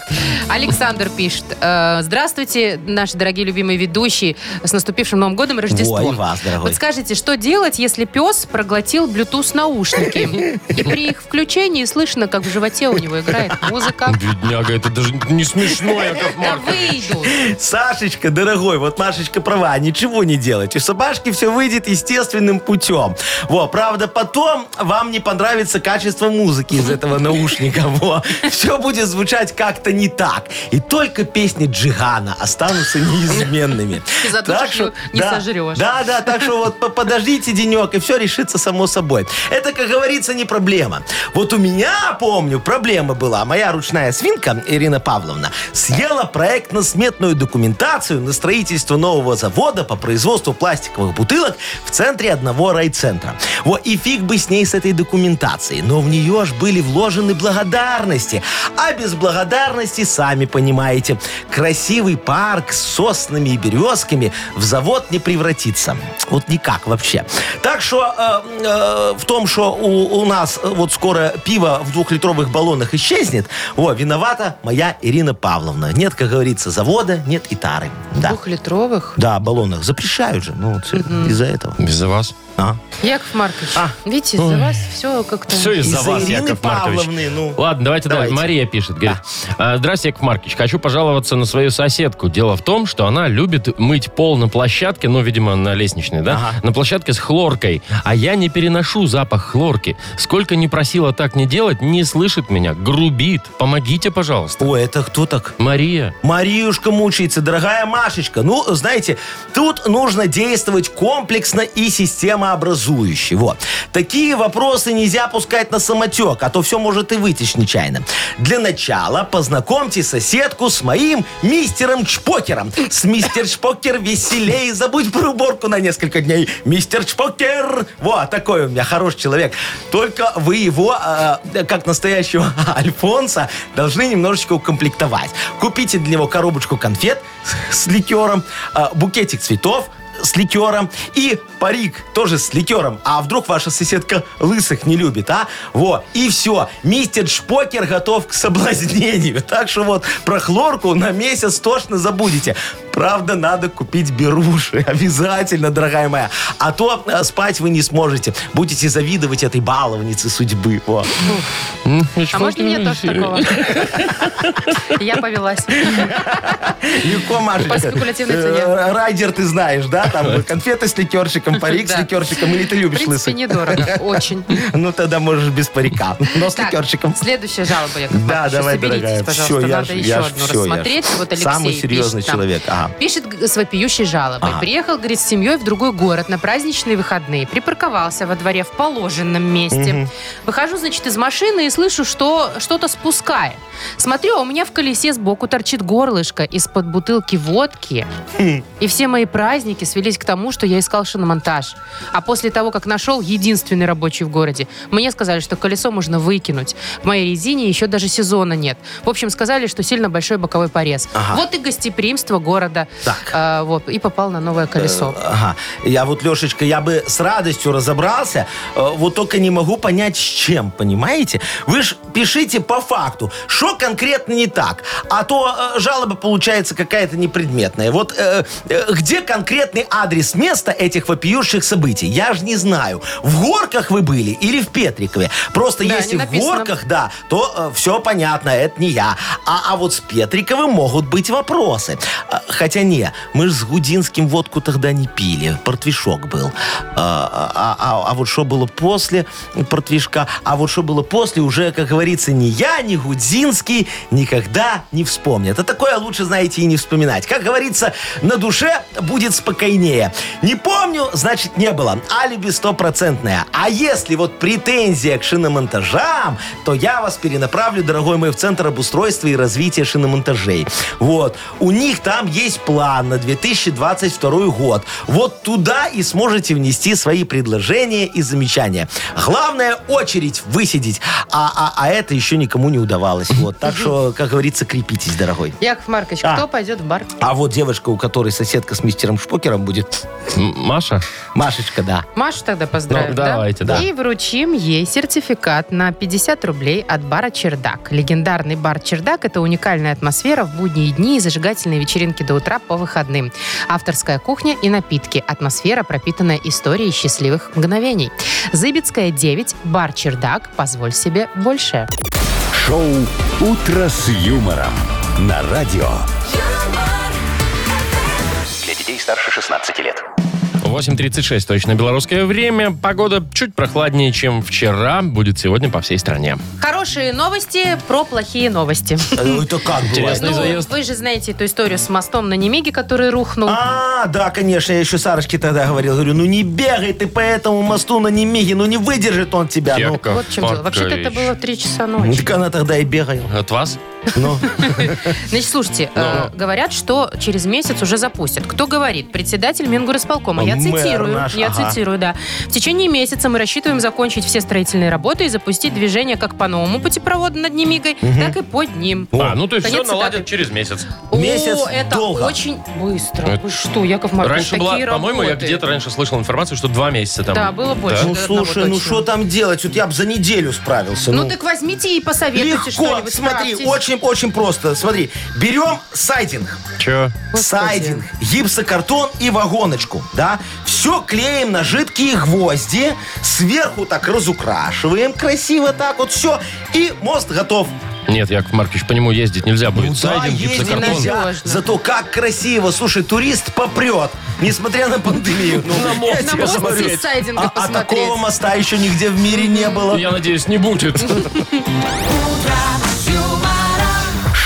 Александр пишет. э, Здравствуйте, наши дорогие любимые ведущие. С наступившим Новым годом и Рождеством.
Во, и вас, дорогой.
Вот скажите, что делать, если пес проглотил Bluetooth
А.
наушники? И при их включении слышно, как в животе у него играет музыка.
Бедняга, это даже не смешно, Яков
Да
Маркович.
выйдут.
Сашечка, дорогой, вот Машечка права, ничего не делайте. У собачки все выйдет естественным путем. Во, правда, потом вам не понравится качество музыки из этого наушника. Во. Все будет звучать как-то не так. И только песни Джигана останутся неизменными.
И задушишь, не сожрешь.
Да, да, так что вот по- подождите денек, и все решится само собой. Это, как говорится, не проблема. Вот у меня, помню, проблема была. Моя ручная свинка, Ирина Павловна, съела проектно-сметную документацию на строительство нового завода по производству пластиковых бутылок в центре одного райцентра. Вот и фиг бы с ней с этой документацией. Но в нее ж были вложены благодарности. А без благодарности, сами понимаете, красивый парк с соснами и березками в завод не превратится. Вот никак вообще. Так что э, э, в том, что у, у нас э, вот скоро пиво в двухлитровых баллонах исчезнет, о, виновата моя Ирина Павловна. Нет, как говорится, завода, нет и тары. Да.
Двухлитровых.
Да, баллонах запрещают же. Ну, вот из-за этого.
Без вас.
А.
Яков Маркович, видите, из-за вас все как-то...
Все из-за
Из-за
вас,
Ирины
Яков Маркович.
Павловны, ну.
Ладно, давайте, давай.
Давайте.
Мария пишет, говорит. «А, Здрасте, Яков Маркович. Хочу пожаловаться на свою соседку. Дело в том, что она любит мыть пол на площадке, ну, видимо, на лестничной, да?
Ага.
На площадке с хлоркой. А я не переношу запах хлорки. Сколько не просила так не делать, не слышит меня. Грубит. Помогите, пожалуйста.
Ой, это кто так?
Мария.
Мариюшка мучается, дорогая Машечка. Ну, знаете, тут нужно действовать комплексно и системообразующе. Вот. Такие вопросы нельзя пускать на самотек, а то все может и вытечь нечаянно. Для начала познакомьте соседку с моим мистером Чпокером. С мистер Чпокер веселее забудь про уборку на несколько дней. Мистер Чпокер! Вот, такой у меня хороший человек. Только вы его, э, как настоящего Альфонса, должны немножечко укомплектовать. Купите для него коробочку конфет с, с ликером, э, букетик цветов с ликером и парик тоже с ликером. А вдруг ваша соседка лысых не любит, а? Во, и все. Мистер Шпокер готов к соблазнению. Так что вот про хлорку на месяц точно забудете. Правда, надо купить беруши. Обязательно, дорогая моя. А то э, спать вы не сможете. Будете завидовать этой баловнице судьбы. Во.
А можно мне тоже такого? Я повелась.
Легко, Машечка.
По спекулятивной
Э,
цене.
Райдер ты знаешь, да? Там конфеты с ликерчиком, парик с
Да.
ликерчиком. Или ты
В
любишь
принципе,
лысых?
недорого. Очень.
Ну, тогда можешь без парика, но с
Так,
ликерчиком.
Следующая жалоба, Яков
Да,
Маркович.
давай,
Соберитесь,
дорогая.
пожалуйста.
Всё, я
Надо
ж-
еще
я ж-
одну
всё, я ж.
рассмотреть. Вот Алексей
Самый
пишет
серьезный
нам.
человек, А. ага.
Пишет г- с вопиющей жалобой.
Ага.
Приехал, говорит, с семьей в другой город на праздничные выходные. Припарковался во дворе в положенном месте. Выхожу, значит, из машины и слышу, что что-то спускает. Смотрю, а у меня в колесе сбоку торчит горлышко из-под бутылки водки. И все мои праздники свелись к тому, что я искал шиномонтаж. А после того, как нашел единственный рабочий в городе, мне сказали, что колесо можно выкинуть. В моей резине еще даже сезона нет. В общем, сказали, что сильно большой боковой порез.
Ага.
Вот и гостеприимство города.
Так.
А, вот, и попал на новое колесо.
Э, Ага. Я вот, Лешечка, я бы с радостью разобрался, э, вот только не могу понять, с чем, понимаете? Вы ж пишите по факту, что конкретно не так, а то э, жалоба получается какая-то непредметная. Вот э, э, где конкретный адрес места этих вопиющих событий? Я же не знаю. В Горках вы были или в Петрикове? Просто
Да,
если
не
в
написано.
Горках, да, то все понятно, это не я. А, а вот с Петриковым могут быть вопросы. А, хотя не, мы же с Гудинским водку тогда не пили, портвишок был. А, а- а- а вот что было после портвишка, а вот что было после, уже, как говорится, ни я, ни Гудзинский никогда не вспомнят. А такое лучше, знаете, и не вспоминать. Как говорится, на душе будет спокойнее. Не помню, значит, не было. Алиби стопроцентное. А если вот претензия к шиномонтажам, то я вас перенаправлю, дорогой мой, в Центр обустройства и развития шиномонтажей. Вот. У них там есть план на 2022 год. Вот туда и сможете внести свои предложения и замечания. Главное очередь высидеть. А, а, а это еще никому не удавалось. Вот. Так что, как говорится, крепитесь, дорогой.
Яков Маркович,
А.
кто пойдет в бар?
А вот девушка, у которой соседка с мистером Шпокером будет,
М, Маша?
Машечка, да.
Машу тогда поздравим,
Ну,
да?
давайте, да.
И вручим ей сертификат на 50 рублей от бара «Чердак». Легендарный бар «Чердак» — это уникальная атмосфера в будние дни и зажигательные вечеринки до утра по выходным. Авторская кухня и напитки. Атмосфера, пропитанная историей счастливых мгновений. Зыбецкая, 9, бар «Чердак». Позволь себе больше.
Шоу «Утро с юмором» на радио.
Для детей старше 16 лет.
8.36 точно белорусское время. Погода чуть прохладнее, чем вчера. Будет сегодня по всей стране.
Хорошие новости про плохие новости.
Э, Это как бывает?
Интересно. Красный
Ну,
заезд.
вы же знаете эту историю с мостом на Немиге, который рухнул.
А, да, конечно, я еще Сарочке тогда говорил, говорю, ну не бегай ты по этому мосту на Немиге, ну не выдержит он тебя. Ну,
Яков
вот в чем дело. Вообще-то это
Маркович.
было 3 часа
Ну,
ночи.
так она тогда и бегала.
От вас?
Ну,
Значит, слушайте, э, говорят, что через месяц уже запустят. Кто говорит? Председатель Мингорисполкома. Я
Мэр
цитирую.
наш,
я
ага.
цитирую, да. В течение месяца мы рассчитываем закончить все строительные работы и запустить движение как по новому путепроводу над Немигой, так и под ним.
а, ну то есть все
Конец цитаты.
наладят через месяц.
Месяц
О, это
долго.
очень быстро.
Это-
Вы что, Яков Маркович,
Раньше была,
такие
по-моему, я
работы.
где-то раньше слышал информацию, что два месяца там.
Да, было больше.
ну
да,
слушай,
одного
ну
точно.
что там делать? Вот я бы за неделю справился.
Ну так возьмите и посоветуйте
Легко,
что-нибудь.
смотри,
справьтесь.
очень-очень просто. Смотри, берем сайдинг,
Че?
Господи.
сайдинг, гипсокартон и вагоночку, да? Все клеим на жидкие гвозди, сверху так разукрашиваем красиво так вот все, и мост готов.
Нет, Яков Маркович, по нему ездить нельзя будет.
Ну да,
Сайдинг,
ездить
гипсокартон.
нельзя.
Надежно.
Зато как красиво. Слушай, турист попрет, несмотря на пандемию. Ну, я
мост
тебе
На мост
говорю.
из сайдинга
а, а
посмотреть.
такого моста еще нигде в мире не было.
Ну, Я надеюсь, не будет.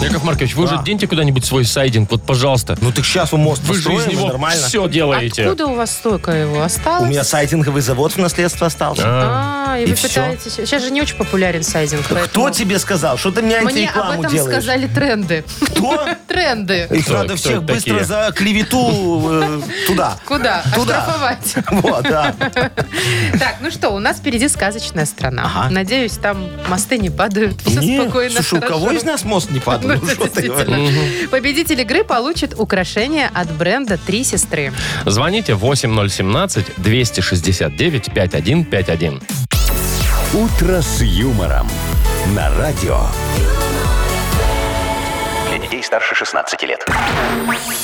Яков Маркович, вы уже деньте куда-нибудь свой сайдинг, вот, пожалуйста.
Ну так сейчас у мост
Вы же из
построим, и
него
нормально.
все делаете.
Откуда у вас столько его осталось?
У меня сайдинговый завод в наследство остался.
А,
А, и,
И
вы
всё.
пытаетесь... Сейчас же не очень популярен сайдинг.
Кто
поэтому-
тебе сказал? Что ты мне
Мне об
антирекламу
этом
делаешь?
сказали тренды.
Кто?
Тренды.
Их
Кто-
надо
кто
всех
такие?
быстро за клевету э, туда.
Куда?
Туда.
Оштрафовать.
Вот, да.
Так, ну что, у нас впереди сказочная страна.
Ага.
Надеюсь, там мосты не падают. Все
Не,
спокойно.
Слушай, у
хорошо.
кого из нас мост не
Ну,
падает? Ну,
это
что ты
действительно.
говоришь?
Победитель игры получит украшение от бренда «Три сестры».
Звоните 8017-269-5151.
«Утро с юмором» на радио.
Для детей старше 16 лет.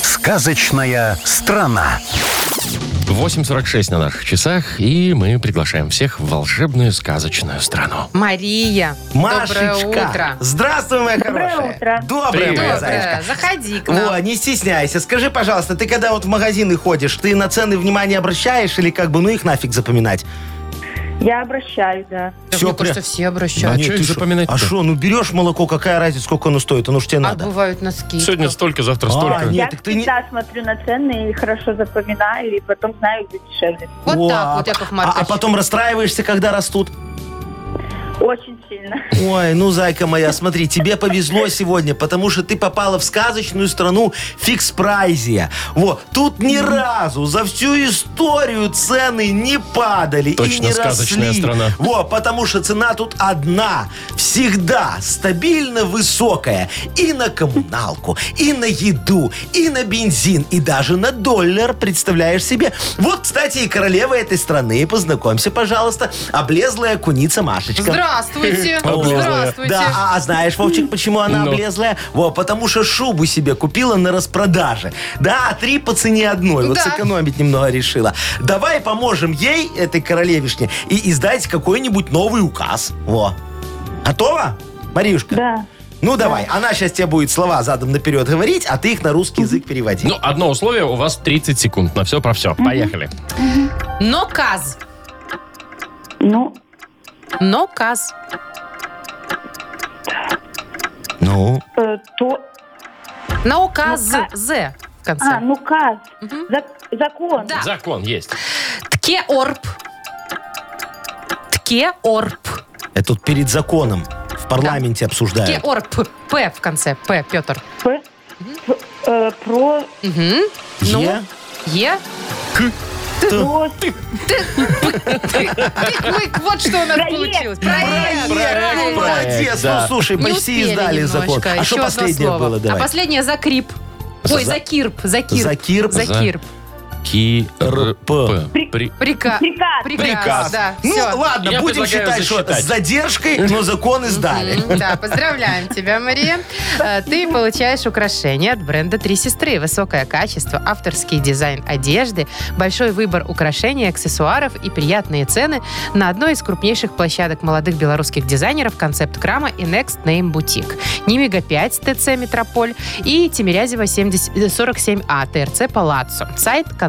Сказочная страна.
8.46 на наших часах, и мы приглашаем всех в волшебную сказочную страну.
Мария, доброе
Машечка,
утро.
здравствуй, моя
Доброе
хорошая.
утро.
Доброе,
Привет.
моя
Доброе,
зайчка.
заходи к нам.
О, не стесняйся. Скажи, пожалуйста, ты когда вот в магазины ходишь, ты на цены внимание обращаешь или как бы, ну их нафиг запоминать?
Я обращаюсь, да.
Да
всё
мне кажется,
прям-
все обращаются.
А чё их
шо?
запоминать-то?
А что, ну берешь молоко, какая разница, сколько оно стоит? Оно ж тебе
А
надо.
бывают носки.
Сегодня столько, завтра
А,
столько.
не- Нет,
я
так ты не-
всегда смотрю на цены и хорошо запоминаю, и потом знаю, где дешевле.
Вот
О,
так вот,
а-
Яков
а,
Маркович.
а потом расстраиваешься, когда растут.
Очень сильно.
Ой, ну, зайка моя, смотри, тебе повезло сегодня, потому что ты попала в сказочную страну фикс-прайзия. Вот, тут ни разу за всю историю цены не падали
Точно
и не
сказочная
росли.
страна.
Вот, потому что цена тут одна, всегда стабильно высокая. И на коммуналку, и на еду, и на бензин, и даже на доллар, представляешь себе. Вот, кстати, и королева этой страны, познакомься, пожалуйста, облезлая куница Машечка.
Здравствуйте.
Облезлая.
Здравствуйте.
Да, а, а знаешь, Вовчик, почему она
Ну.
облезлая? Во, потому что шубу себе купила на распродаже. Да, три по цене одной. Вот
Да.
сэкономить немного решила. Давай поможем ей, этой королевишне, и издать какой-нибудь новый указ. Во. Готова? Мариюшка?
Да.
Ну давай, она сейчас тебе будет слова задом наперед говорить, а ты их на русский язык переводи.
Ну, одно условие, у вас 30 секунд на все про все. Поехали.
а-
Но каз.
Ну,
Но каз.
Ну,
э, то...
На указ.
Ну,
З. В конце.
А, ну каз.
Мгм.
Зак- Закон.
Да.
Закон есть.
Тке орп. Тке орп.
это тут перед законом в
Тке
парламенте обсуждают.
орп. П в конце. П, Петр.
П- п- э, Про...
Угу. Ну?
Е?
Е.
про-
Тык-мык. Вот что у нас
Проект.
получилось. Проект.
Проект, ну,
Правильно.
молодец.
Да.
Ну, слушай,
Не
почти
успели
издали закон.
немножко.
А что
Еще одно
последнее
слово.
было?
А
Давай.
последнее закрип. Ой,
За-
закирп, закирп.
Закирп.
Закирп.
Ки...
РП.
Прикреп.
При...
Прика...
Приказ.
Приказ.
Да,
ну,
всё.
ладно,
Я
будем
предлагаю
считать, что
засчитать.
с задержкой, но закон издали.
М, Да, поздравляем тебя, Мария. Э, Ты получаешь украшения от бренда «Три сестры». Высокое качество, авторский дизайн одежды, большой выбор украшений, аксессуаров и приятные цены на одной из крупнейших площадок молодых белорусских дизайнеров «Концепт Крама» и «Next Name Boutique». Немига 5 ТЦ «Метрополь» и Тимирязева 70 э, 47А ТРЦ «Палаццо». Сайт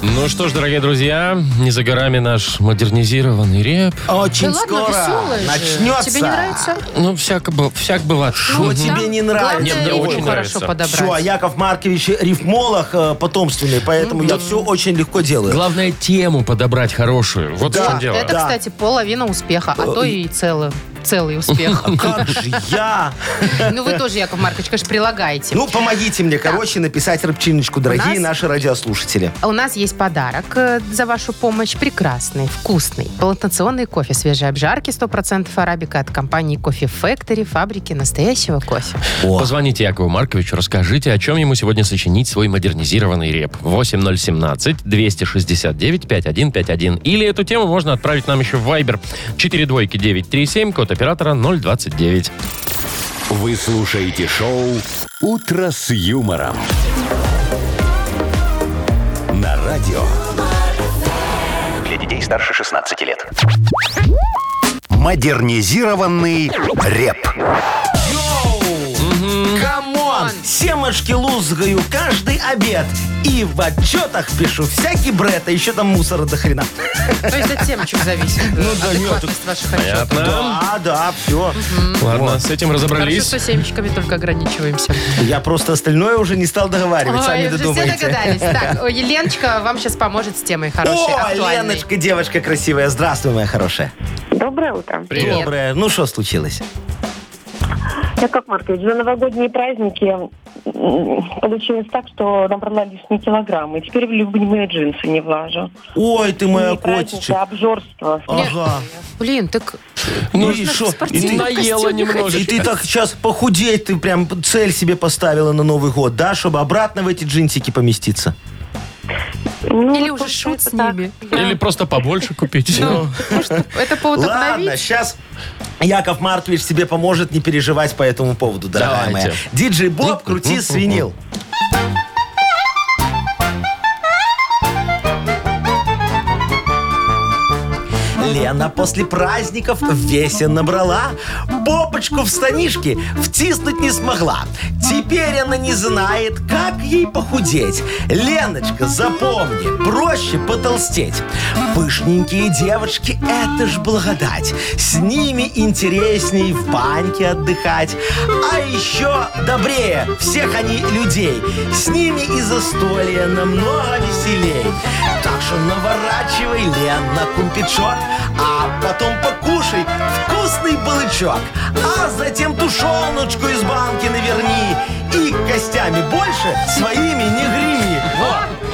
Ну что ж, дорогие друзья, не за горами наш модернизированный реп.
А Очень
Да Ну ладно,
скоро
веселая же.
начнется.
Тебе не нравится?
Ну, всяк, бы- всяк бывает.
Что
Мгм.
тебе не нравится?
Нет, мне
рифму
очень нравится.
хорошо подобрать.
Все, а Яков Маркович рифмолог э, потомственный, поэтому я все очень легко делаю.
Главное, тему подобрать хорошую. Вот
Да.
в чем дело.
Это,
Да. Э,
кстати, половина успеха, а то и целый, целый успех.
А Как же я?
Ну, вы тоже, Яков Маркович, конечно, прилагаете.
Ну, помогите мне, короче, написать рыбчиночку, дорогие
У нас-
наши радиослушатели.
У нас есть подарок э, за вашу помощь. Прекрасный, вкусный, плантационный кофе свежей обжарки 100% арабика от компании Кофе Factory, фабрики настоящего кофе.
О.
Позвоните Якову Марковичу, расскажите, о чем ему сегодня сочинить свой модернизированный реп. 8017-269-5151. Или эту тему можно отправить нам еще в Viber. 42937, код оператора 029.
Вы слушаете шоу «Утро с юмором». На радио
Для детей старше 16 лет.
«Модернизированный реп».
Камон! Семашки лузгаю каждый обед. И в отчетах пишу всякий бред, а еще там мусора до хрена.
То есть от темочек зависит э,
Ну да, нет,
адекватность ваших отчетов.
Эм.
Да, да, все.
Ладно, с этим
Хорошо,
разобрались.
что семечками только ограничиваемся.
Я просто остальное уже не стал договаривать, сами
Ой, уже все
додумайте.
догадались. Так, о, Еленочка вам сейчас поможет с темой хорошей,
О,
актуальной.
Леночка, девочка красивая. Здравствуй, моя хорошая.
Доброе утро.
Привет.
Доброе. Ну, что случилось?
Яков Маркович, за новогодние праздники м, получилось так, что набрала лишние килограммы. Теперь в любимые джинсы не влажу.
Ой, ты моя
не праздники,
котичек.
а обжорство.
Ага.
Блин, так
Ну
нужно
и
в
что? И
спортивном
ты,
наела
костюме
немножечко.
ходить.
и ты так сейчас похудеть, ты прям цель себе поставила на Новый год, да, чтобы обратно в эти джинсики поместиться.
Ну,
Или
вот
уже шут
это
с
так.
ними.
Или просто побольше купить. Ну,
Это повод
Ладно,
обновить.
сейчас Яков Маркович тебе поможет не переживать по этому поводу, дорогая
Давайте.
моя. Диджей Боб, крути свинил. Лена после праздников в весе набрала, попочку в станишке втиснуть не смогла. Теперь она не знает, как ей похудеть. Леночка, запомни, проще потолстеть. Пышненькие девочки, это ж благодать. С ними интересней в баньке отдыхать. А еще добрее всех они людей. С ними и застолье намного веселей. Так что наворачивай, Лена, кумпичок, а потом покушай вкусный балычок, а затем тушеночку из банки наверни и костями больше своими не греми.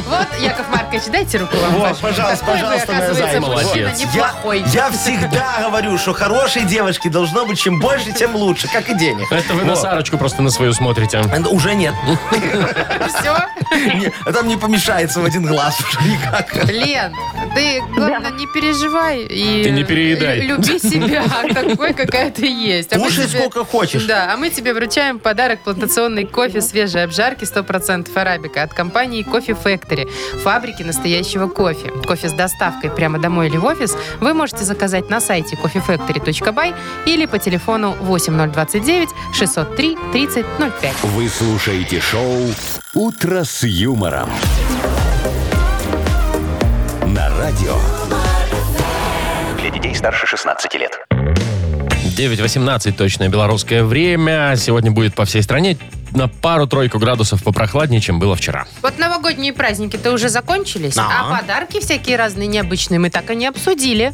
Вот, Яков Маркович, дайте руку вам.
Вот,
вашу.
пожалуйста,
Какой
пожалуйста,
вы,
моя
оказывается,
зайка.
мужчина
Молодец.
неплохой.
Я, я всегда говорю, что хорошей девочки должно быть чем больше, тем лучше, как и денег.
Это вы на
Вот.
Сарочку просто на свою смотрите.
Э, Уже нет.
Все.
Не, Там не помешается в один глаз уже никак.
Лен, ты, главное, не переживай. И
Ты не переедай.
лю- Люби себя такой, какая ты есть. А мы
Кушай
тебе-
сколько хочешь.
Да, а мы тебе вручаем подарок плантационный кофе свежей обжарки 100% арабика от компании Кофе Factory, фабрики настоящего кофе. Кофе с доставкой прямо домой или в офис вы можете заказать на сайте coffeefactory.by или по телефону 8029 603 3005.
Вы слушаете шоу «Утро с юмором». На радио
Для детей старше 16 лет.
9.18 точное белорусское время. Сегодня будет по всей стране на пару-тройку градусов попрохладнее, чем было вчера.
Вот новогодние праздники-то уже закончились,
Да.
а подарки всякие разные необычные мы так и не обсудили.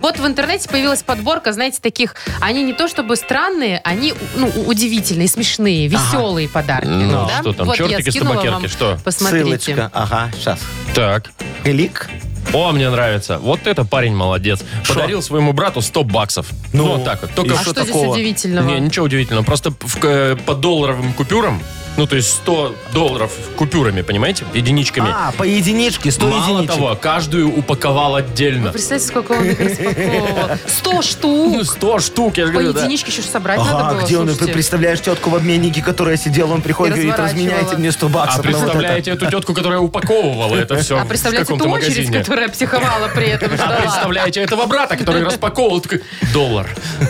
Вот в интернете появилась подборка, знаете, таких, они не то чтобы странные, они ну, у- удивительные, смешные, веселые подарки.
Ну,
да?
что там,
вот я
чертики с
скинула
табакерки,
вам.
что?
Посмотрите.
Ссылочка. Ага, сейчас.
Так.
Клик.
О, мне нравится. Вот это парень молодец.
Шо?
Подарил своему брату 100 баксов. Ну,
Ну,
вот так вот. Только
и
А
в-
Что
что, здесь
такого?
удивительного?
Не, ничего удивительного. Просто в- к- э, по долларовым купюрам, ну, то есть 100 долларов купюрами, понимаете, единичками.
А, по единичке, 100
Мало
единичек.
того, каждую упаковал отдельно.
Представьте, сколько он их распаковывал. Сто
Ну,
штук.
100 штук, я же
По
говорю, да.
единичке еще ж собрать надо
Ага,
было.
где он?
слушайте. а
Ты представляешь тетку в обменнике, которая сидела, он приходит
И
и говорит,
разворачивала.
разменяйте мне 100 баксов.
А
на вот это».
представляете эту тетку, которая упаковывала это все
А
в
представляете
каком-то
ту очередь,
магазине?
которая психовала при этом.
А
ждала?
представляете этого брата, который распаковывал такой, доллар,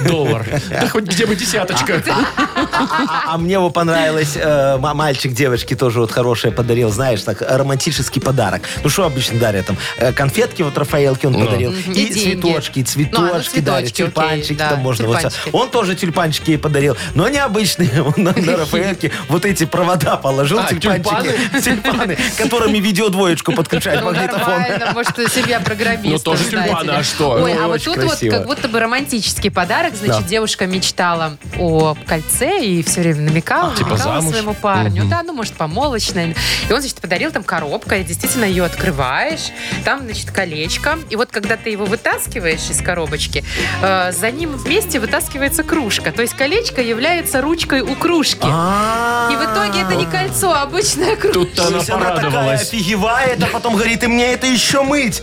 доллар, да хоть где бы десяточка.
А, а- а мне его понравилось, э, м- мальчик девочки тоже вот хорошее подарил, знаешь, так, романтический подарок. Ну, что обычно дарят там? Э, Конфетки вот Рафаэлки
Ну.
он подарил.
Мгм. И
И,
деньги.
цветочки,
Ну, а, ну,
цветочки
цветочки,
дарят,
окей,
тюльпанчики
да,
там можно. вот всё.
тюльпанчики.
Он тоже тюльпанчики ей подарил, но необычные. Он на, на Рафаэлке вот эти провода положил,
А,
тюльпанчики, тюльпаны, которыми видеодвоечку подключают,
Ну,
магнитофон.
нормально, может, семья программиста.
Ну, тоже
знаете
тюльпаны,
ли.
а что?
Ой,
Ну,
а вот
очень
тут
красиво.
вот как будто бы романтический подарок. Значит,
Да.
девушка мечтала о кольце и все время намекала,
типа
намекала
замуж?
своему парню.
Мгм.
Да, ну, может, помолочная. И он, значит, подарил там коробку, и действительно ее открываешь. Там, значит, колечко. И вот, когда ты его вытаскиваешь из коробочки, э, за ним вместе вытаскивается кружка. То есть колечко является ручкой у кружки.
А.
И в итоге это не кольцо, а обычная кружка.
Тут-то
То
она
есть она такая
порадовалась.
офигевает, а потом говорит, и мне это еще мыть.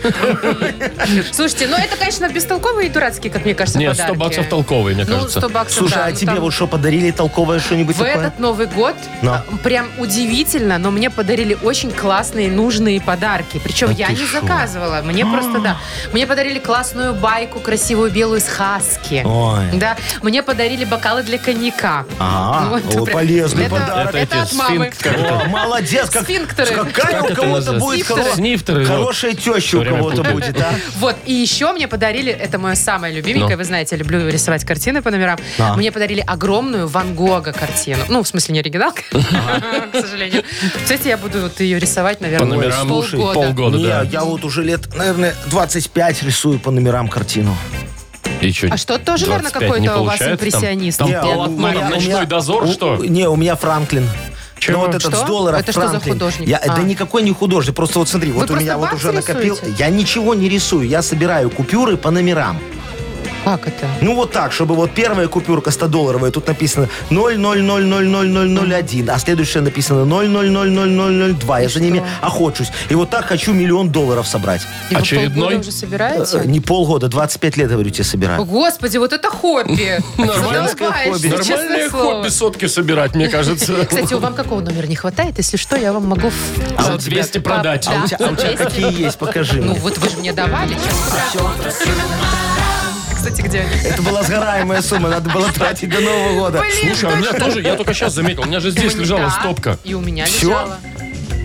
Слушайте, ну это, конечно, бестолковые и дурацкие, как мне кажется,
Нет, 100
подарки.
баксов толковые, мне
Ну, 100
кажется.
баксов,
Слушай,
да.
а
Ну,
тебе
там
вот что, подарили толковое что-нибудь
В
такое? Ну.
этот Новый год
Но.
а, прям удивительно, но мне подарили очень классные, нужные подарки. Причем я не заказывала. Мне просто, да. Мне подарили классную байку, красивую белую с хаски.
Ой.
Да, мне подарили бокалы для коньяка.
А,
Ну, это
о,
прям-
полезный
это-
подарок.
это
эти
от мамы.
сфинк- как это?
О, молодец, как,
Сфинктеры.
какая
Как
у
это
кого-то
называется?
будет хоро-
Снифтеры,
хорошая теща у
Время
кого-то
путаю.
будет, а?
Вот, и еще мне подарили, это мое самое любименькое,
Ну.
вы знаете, я люблю рисовать картины по номерам.
Да.
Мне подарили огромную Ван Гога картину. Ну, в смысле, не оригинал, к сожалению. Кстати, я буду вот ее рисовать, наверное,
По номерам
полгода.
полгода,
Не,
да.
я вот уже лет, наверное, 25 рисую по номерам картину.
И чё,
А что, тоже, наверное,
25 не
какой-то у вас
получается там?
импрессионист?
Там
Не, а
полотно,
у меня-
там
у
ночной
меня-
дозор,
у-
что?
Не, у меня Франклин.
Чего?
Ну вот этот
Что?
с долларов
Это что за
Франклин.
художник?
Я,
А.
Да никакой не художник, просто вот смотри, вот у
просто
меня вот
баксы
уже накопил.
рисуете?
Я ничего не рисую, я собираю купюры по номерам.
Как это?
Ну вот так, чтобы вот первая купюрка 100-долларовая, тут написано 0000001, а следующая написано 0000002. Я за ними охочусь. И вот так хочу миллион долларов собрать.
И вы
Очередной?
полгода уже
Э,
собираете?
Не полгода, 25 лет, говорю, тебе собираю.
Господи, вот это хобби. Задолбаешь,
хобби.
честное
Нормальное
слово. А,
хобби сотки собирать, мне кажется.
Кстати, у вам какого номера не хватает? Если что, я вам могу... в- а,
За 200 А продать.
Да,
А у тебя, а у тебя
200.
какие есть, покажи
Ну
мне.
вот вы же мне давали. Сейчас покажу. Кстати, где они?
Это была сгораемая сумма, надо было тратить до Нового года.
Слушай, а у меня тоже, я только сейчас заметил, у меня же здесь
Ну Да,
лежала стопка.
И у меня
Всё?
лежала.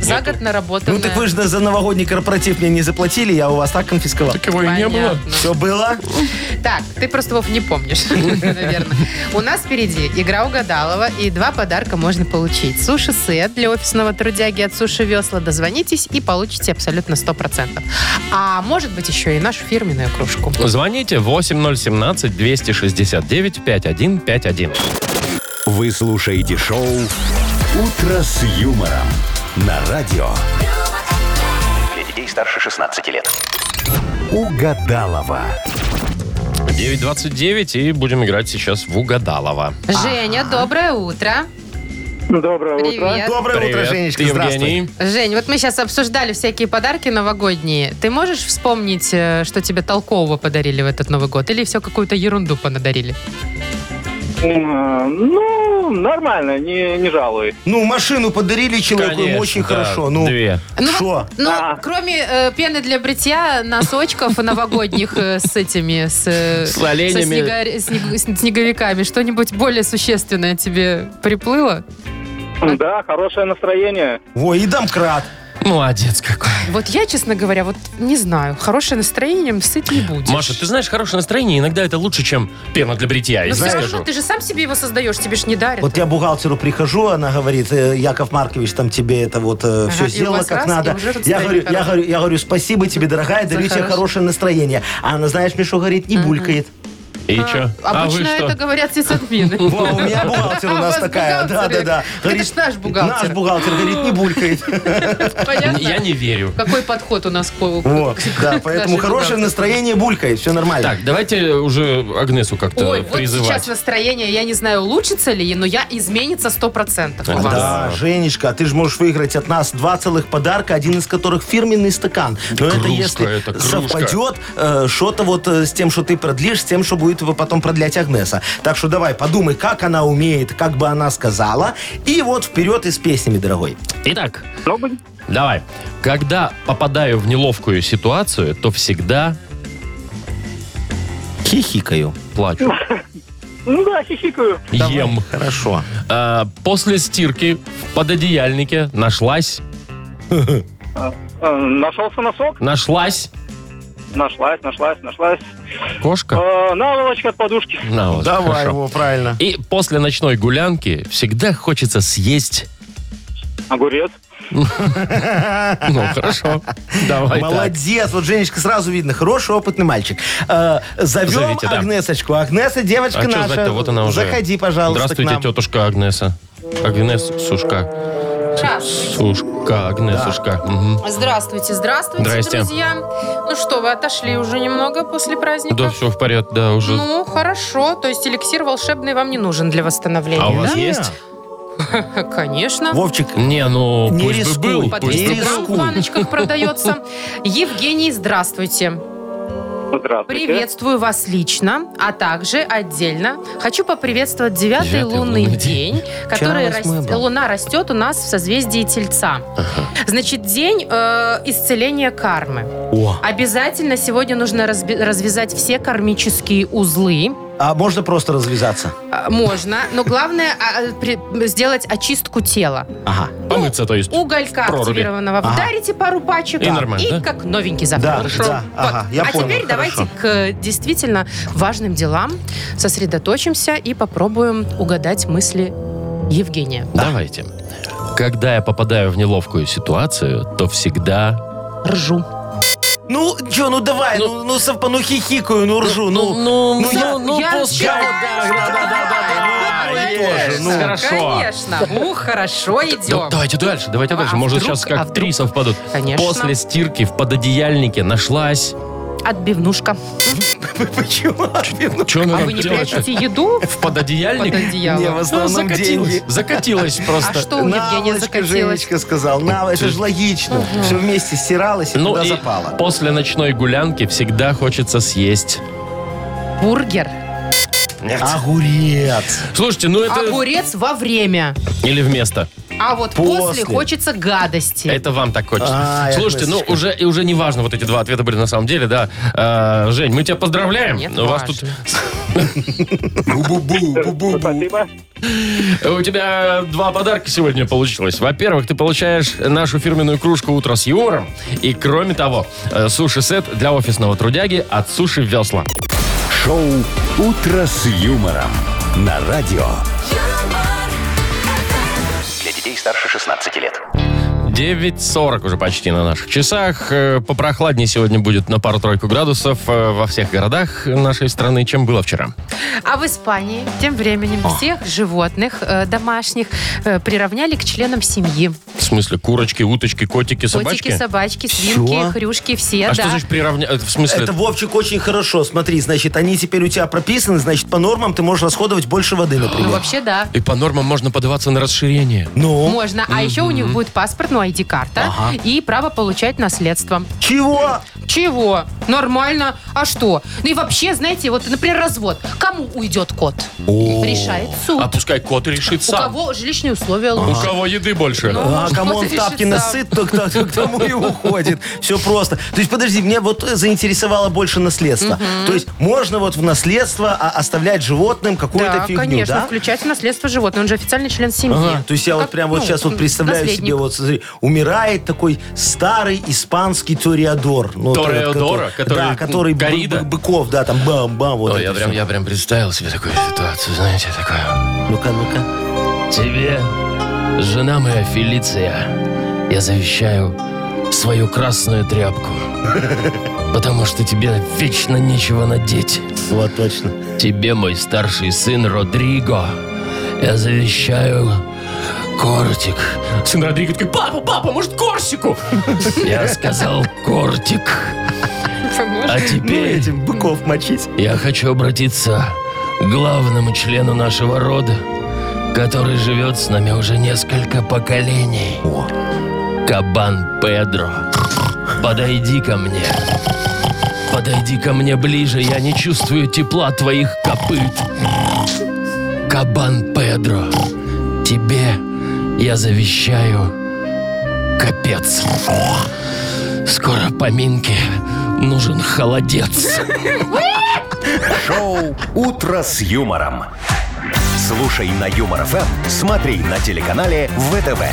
За год наработанная.
Ну так вы же за новогодний корпоратив мне не заплатили, я у вас так конфисковал.
Так его и не было.
Понятно.
Все было?
Так, ты просто, Вов, не помнишь, наверное. У нас впереди игра угадалова, и два подарка можно получить. Суши-сет для офисного трудяги от Суши Весла. Дозвонитесь и получите абсолютно 100%. А может быть, еще и нашу фирменную кружку.
Звоните 8017-269-5151.
Вы слушаете шоу «Утро с юмором» на радио
Для детей старше 16 лет.
«Угадалова».
9.29, и будем играть сейчас в Угадалова.
Женя, доброе утро.
Доброе
Привет.
Доброе утро, Женечка, здравствуй.
Евгений.
Жень, вот мы сейчас обсуждали всякие подарки новогодние. Ты можешь вспомнить, э, что тебе толкового подарили в этот Новый год? Или все какую-то ерунду понадарили?
Ну, нормально, не, не жалуюсь.
Ну, машину подарили человеку, ему
Конечно,
очень
да,
хорошо. Ну,
Две.
Ну, вот-
Шо?
Ну,
Да.
кроме э, пены для бритья, носочков новогодних э, с этими, с, э,
С оленями.
со снега- снег- с снеговиками, что-нибудь более существенное тебе приплыло?
Да, хорошее настроение.
Ой, и домкрат.
Молодец какой.
Вот я, честно говоря, вот не знаю, хорошее настроение сыт не будешь.
Маша, ты знаешь, хорошее настроение иногда это лучше, чем пена для бритья,
Но
я тебе
все
скажу.
Ну, равно ты же сам себе его создаешь, тебе ж не дарят.
Вот я бухгалтеру прихожу, она говорит, «Э, Яков Маркович, там тебе это вот
и у
все сделала
вас раз,
как
и
надо.
уже настроение
Я говорю, я,
хорошее.
говорю, я говорю, спасибо тебе, дорогая, дарю тебе
хорошее.
хорошее настроение. А она, знаешь, Мишу говорит, не булькает.
И чё? А вы
Обычно
что?
это говорят все садмины.
Во, у меня бухгалтер
А
у
у
нас
вас
такая. Да, да,
бухгалтер,
да.
это ж наш бухгалтер.
Наш бухгалтер говорит, не булькает.
Понятно?
Я не верю.
Какой подход у нас к-
Вот,
к-
да,
к
поэтому
нашей
хорошее
бухгалтерии.
настроение булькает, все нормально.
Так, давайте уже Агнесу как-то
Ой, вот
призывать.
сейчас настроение, я не знаю, улучшится ли, но я изменится 100% у
Да.
вас.
Да, Женечка, ты же можешь выиграть от нас два целых подарка, один из которых фирменный стакан. Но это
Кружка,
если
это кружка.
совпадет э, что-то вот э, с тем, что ты продлишь, с тем, что будет его потом продлять Агнеса. Так что давай, подумай, как она умеет, как бы она сказала. И вот вперед и с песнями, дорогой.
Итак,
Ну, блин,
давай. Когда попадаю в неловкую ситуацию, то всегда
Хихикаю.
плачу.
Ну да, хихикаю.
Ем.
Хорошо.
А, после стирки в пододеяльнике нашлась...
Э, Нашелся носок?
Нашлась
Нашлась, нашлась, нашлась.
кошка.
Э, Наволочка от подушки.
На, вот,
давай
хорошо.
его, правильно.
И после ночной гулянки всегда хочется съесть...
Огурец.
Ну, хорошо. Давай так.
Молодец. Вот Женечка сразу видно. Хороший, опытный мальчик. Э, зовем
Зовите, да.
Агнесочку. Агнеса, девочка
А что
наша.
звать-то? Вот она уже.
Заходи, пожалуйста, к
Здравствуйте,
нам.
тетушка Агнеса. Агнес Сушка. Сушка, Агнесушка. Мгм.
Здравствуйте, здравствуйте,
Здрасте.
друзья. Ну что, вы отошли уже немного после праздника?
Да, все в порядке, да, уже.
Ну, хорошо. То есть эликсир волшебный вам не нужен для восстановления,
А у вас
да?
есть?
Конечно.
А, Вовчик,
Не, ну,
Не
пусть бы
рискуй,
был.
По
пусть
200
не
грамм в
рискуй.
баночках продается. Евгений, здравствуйте.
Здравствуйте.
Приветствую вас лично, а также отдельно хочу поприветствовать девятый
Девятый
лунный
лунный
день,
день.
который
Вчера восьмой
рас-
был.
луна растет у нас в созвездии Тельца. Значит, день э, исцеления кармы.
О,
Обязательно сегодня нужно разби- развязать все кармические узлы.
а можно просто развязаться?
Э, Можно, но главное а, э, при- сделать очистку тела.
Ага.
Помыться, то есть.
Уголька
Проруби.
активированного
Ага.
вдарите пару пачек
И нормально, да?
как новенький
Да,
закроешь.
да, ага, я
а
понял,
теперь давайте
хорошо.
к э, действительно важным делам сосредоточимся и попробуем угадать мысли Евгения.
Давайте. Когда я попадаю в неловкую ситуацию, то всегда...
Ржу.
Ну, чё, ну давай, ну, ну, совпа- ну хихикаю, ну ржу, ну...
ну,
ну, я-
я
считаю, да, да, да, да, да, ну,
Давай,
я тоже, ну.
Хорошо.
Конечно. Ух, хорошо
Да,
идем.
Давайте дальше, давайте
А
дальше. Может,
вдруг-
сейчас
а
как
вдруг?
три совпадут.
Конечно.
После стирки в пододеяльнике нашлась...
Отбивнушка.
Почему?
Че она
А
там
вы не
делает?
прячете еду
В пододеяльник?
под
Не, в
одеяло?
Ну,
основном
закатилась.
деньги.
Закатилась
А
просто.
что у Евгения
Наволочка,
закатилось?
Женечка сказал. На, это же логично. Все вместе стиралось и
Ну
туда
и
запало.
после ночной гулянки всегда хочется съесть.
Бургер.
Огурец.
Слушайте, ну это...
Огурец во время.
Или вместо.
А вот после,
После.
хочется гадости.
Это вам так хочется.
А, я
Слушайте, ну
классика.
уже, и уже не важно, вот эти два ответа были на самом деле, да. Э, Жень, мы тебя поздравляем.
Нет,
Ну, у вас тут...
важно.
Бу-бу-бу, бу-бу-бу.
Э, Спасибо.
У тебя два подарка сегодня получилось. Во-первых, ты получаешь нашу фирменную кружку «Утро с юмором». И кроме того, э, суши-сет для офисного трудяги от «Суши Весла».
Шоу «Утро с юмором» на радио.
Для детей старше 16 лет.
9.40 уже почти на наших часах. Э, Попрохладнее сегодня будет на пару-тройку градусов э, во всех городах нашей страны, чем было вчера.
А в Испании тем временем всех животных э, домашних э, приравняли к членам семьи.
В смысле, курочки, уточки, котики, собачки?
Котики, собачки, свинки,
Всё?
хрюшки, все,
а
да.
что значит приравнять? В смысле,
Это, Вовчик, очень хорошо. Смотри, значит, они теперь у тебя прописаны, значит, по нормам ты можешь расходовать больше воды,
Ну,
например.
вообще, да.
и по нормам можно подаваться на расширение.
Ну,
Можно. А еще у них будет паспорт, ну, ID-карта и право получать наследство.
чего?
Чего? Нормально. А что? Ну и вообще, знаете, вот, например, развод. Кому уйдет кот? Решает суд.
А пускай кот решит
Ну, У
сам.
кого жилищные условия
У
лучше?
кого еды больше?
Ну,
А
может,
кому
кто-то
он в тапки
решит сам.
насыт, то кто- то к тому и уходит. Все просто. То есть, подожди, меня вот заинтересовало больше наследство. То есть, можно вот в наследство а, оставлять животным какую-то
Да,
фигню,
конечно,
да?
включать в наследство животное. Он же официальный член семьи.
Ага, то есть я
Ну,
вот
как,
прям вот
ну,
сейчас вот представляю
наследник.
себе, вот смотри, умирает такой старый испанский тореадор. Ну, вот этот,
Тореадора, который,
Да, который бы-
корида?
бы- быков, да, там бам-бам. Вот
Ой,
это
я прям,
всё.
я прям представил себе такую ситуацию, знаете, такую.
Ну-ка, ну-ка.
Тебе, жена моя Фелиция, я завещаю свою красную тряпку. Потому что тебе вечно нечего надеть.
Вот точно.
Тебе, мой старший сын Родриго, я завещаю кортик. Сын Родриго такой, папа, папа, может, корсику? Я сказал кортик. А теперь
Этим быков мочить.
я хочу обратиться к главному члену нашего рода, который живет с нами уже несколько поколений. Кабан Педро, подойди ко мне. Подойди ко мне ближе, я не чувствую тепла твоих копыт. Кабан Педро, тебе я завещаю капец. Скоро поминки, нужен холодец.
Шоу «Утро с юмором». Слушай на Юмор ФМ, смотри на телеканале ВТВ.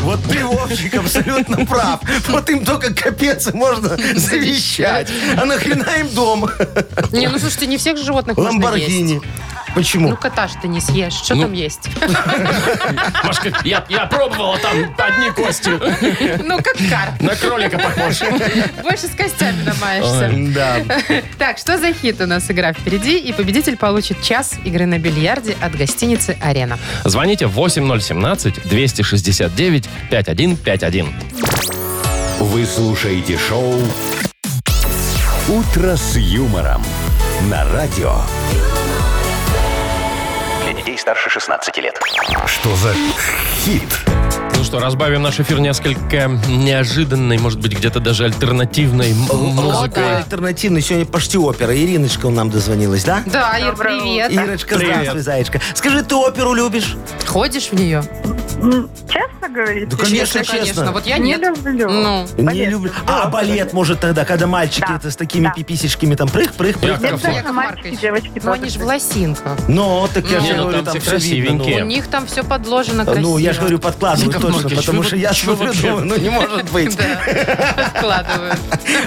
Вот ты, Вовчик, абсолютно прав. Вот им только капец и можно завещать. А нахрена им дом?
Не, ну слушайте, не всех животных можно есть.
Ламборгини. Почему?
Ну, кота ж ты не съешь. Что
Ну.
там есть?
Машка, я, я пробовала там одни кости.
Ну, как карп.
На кролика похож.
Больше с костями намаешься.
Да.
Так, что за хит у нас игра впереди? И победитель получит час игры на бильярде от гостиницы «Арена».
Звоните 8017-269-5151.
Вы слушаете шоу «Утро с юмором» на радио.
Для детей старше 16 лет.
Что за хит?
Ну что, разбавим наш эфир несколько неожиданной, может быть, где-то даже альтернативной м- музыкой.
Музыка альтернативная. Сегодня почти опера. Ириночка нам дозвонилась, да?
Да, Ир, привет. А
Ирочка, здравствуй, зайчка. Скажи, ты оперу любишь?
Ходишь в нее?
М, Честно говорите?
Да, Ну, конечно, честно.
Вот я
Не
нет.
люблю.
Ну,
Не
Балет.
люблю. А,
Да.
балет, может, тогда, когда мальчики
Да.
это с такими
Да.
пиписечками там прых-прых-прых.
Яков.
Нет,
Яков
конечно, мальчики,
Маркович.
девочки
ну
тоже.
они же в лосинках.
Ну, так я
Не,
же
ну,
говорю,
там
там
все
все видно.
красивенькие.
ну.
У них там все подложено красиво.
Ну, я же говорю, подкладываю
Яков
точно,
Маркович,
потому
вы
что
вот
я
чё
смотрю,
вообще?
думаю, ну не может быть.
Да, вкладываю.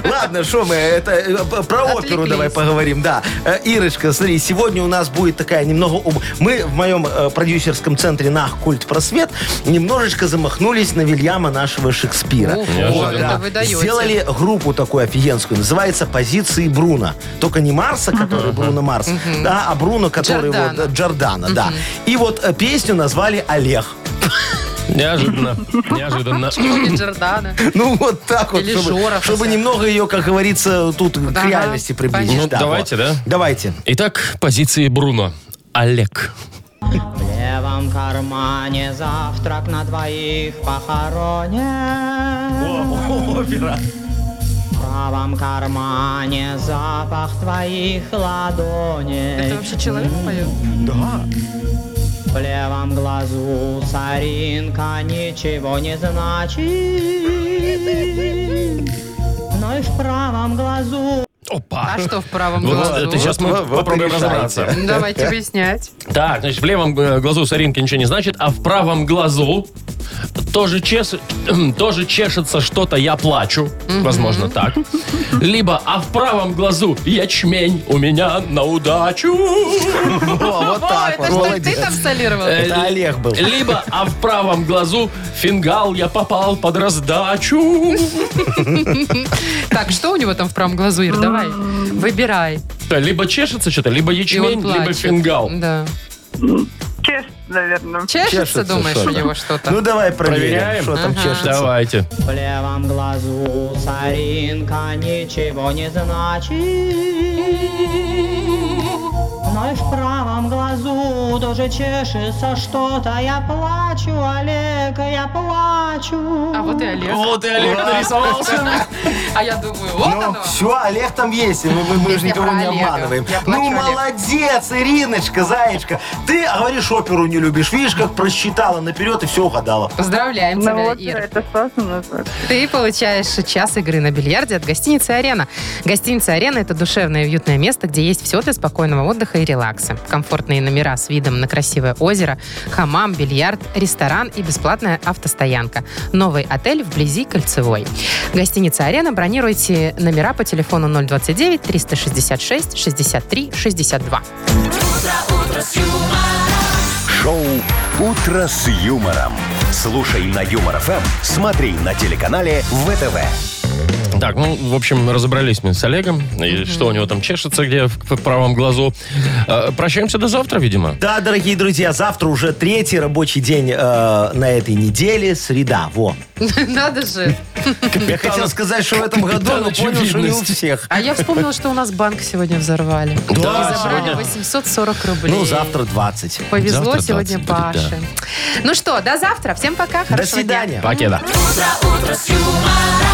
Ладно, что мы, это э, п- про оперу
Отвлеклись.
давай поговорим, да. Э, Ирочка, смотри, сегодня у нас будет такая немного... об- Мы в моем э, продюсерском центре «Нах! Культ Просвет» немножечко замахнулись на Вильяма нашего Шекспира.
Ого,
Вот,
это
да.
вы даете.
Сделали группу такую офигенскую, называется «Позиции Бруно». Только не Марса, который Бруно Марс, да, а Бруно, который
Джордана.
вот... э, Джордана, да. И вот э, песню назвали «Олег».
Неожиданно. Неожиданно.
Или Джордана.
Ну, вот так вот,
Или
чтобы,
Жора хотя
чтобы
бы.
немного ее, как говорится, тут
Да,
к реальности приблизить.
Ну,
да,
давайте,
вот.
да?
Давайте.
Итак, позиции Бруно. Олег.
В левом кармане завтрак на двоих похоронен. В правом кармане запах твоих
Э.
ладоней.
Это вообще человек поет?
В левом глазу соринка ничего не значит. Но и в правом глазу
Опа.
А что в правом
Вот
глазу? Ну,
это сейчас мы
Вот, вот
попробуем
решайте.
разобраться.
Давайте выяснять.
Так, значит, в левом э, глазу соринка ничего не значит, а в правом глазу тоже, чес- тоже чешется что-то «я плачу». Возможно, так. Либо «а в правом глазу ячмень у меня на удачу».
О, вот
О,
так
это
вот.
что,
Молодец.
ты там солировал?
Э,
Это Олег был.
Либо «а в правом глазу фингал я попал под раздачу».
Так, что у него там в правом глазу, Ир? Давай, выбирай.
Да, Либо чешется что-то, либо
И он
ячмень, либо
плачет.
фингал.
Да.
Честно, наверное.
Чешется,
Чешется
думаешь, у
что-то.
него что-то?
Ну давай проверим,
Проверяем?
что там
Ага.
чешется.
Давайте.
В левом глазу соринка ничего не значит. Но и в правом глазу тоже чешется что-то. Я плачу, Олег, я плачу.
А вот и Олег.
Вот и Олег нарисовался.
А я думаю, вот
Ну,
оно.
все, Олег там есть, мы, мы- мы же
Я
никого
про
не
Олега.
обманываем.
Я плачу,
Ну,
Олег.
молодец, Ириночка, заячка. Ты, а говоришь, оперу не любишь. Видишь, как просчитала наперед и все угадала.
Поздравляем
Ну
тебя,
вот,
Ир.
это сложно назвать.
Ты получаешь час игры на бильярде от гостиницы «Арена». Гостиница «Арена» — это душевное и уютное место, где есть все для спокойного отдыха и релакса. Комфортные номера с видом видом на красивое озеро, хамам, бильярд, ресторан и бесплатная автостоянка. Новый отель вблизи Кольцевой. Гостиница «Арена». Бронируйте номера по телефону 029 366 63 62.
Шоу «Утро с юмором». Слушай на Юмор ФМ, смотри на телеканале ВТВ.
Так, ну, в общем, разобрались мы с Олегом, и что у него там чешется, где в, в правом глазу. Э, прощаемся до завтра, видимо.
Да, дорогие друзья, завтра уже третий рабочий день э, на этой неделе, среда, во.
Надо же.
Я хотел сказать, что в этом году, но
Капитан
понял, что не у
очевидность.
всех.
А я вспомнила, что у нас банк сегодня взорвали.
Да,
И забрали
сегодня.
840 рублей.
Ну, завтра 20.
Повезло
Завтра
сегодня
20 будет,
Паше. Ну что, до завтра. Всем пока.
До
хорошего дня.
свидания.
Покеда.
Утро, утро с юмором.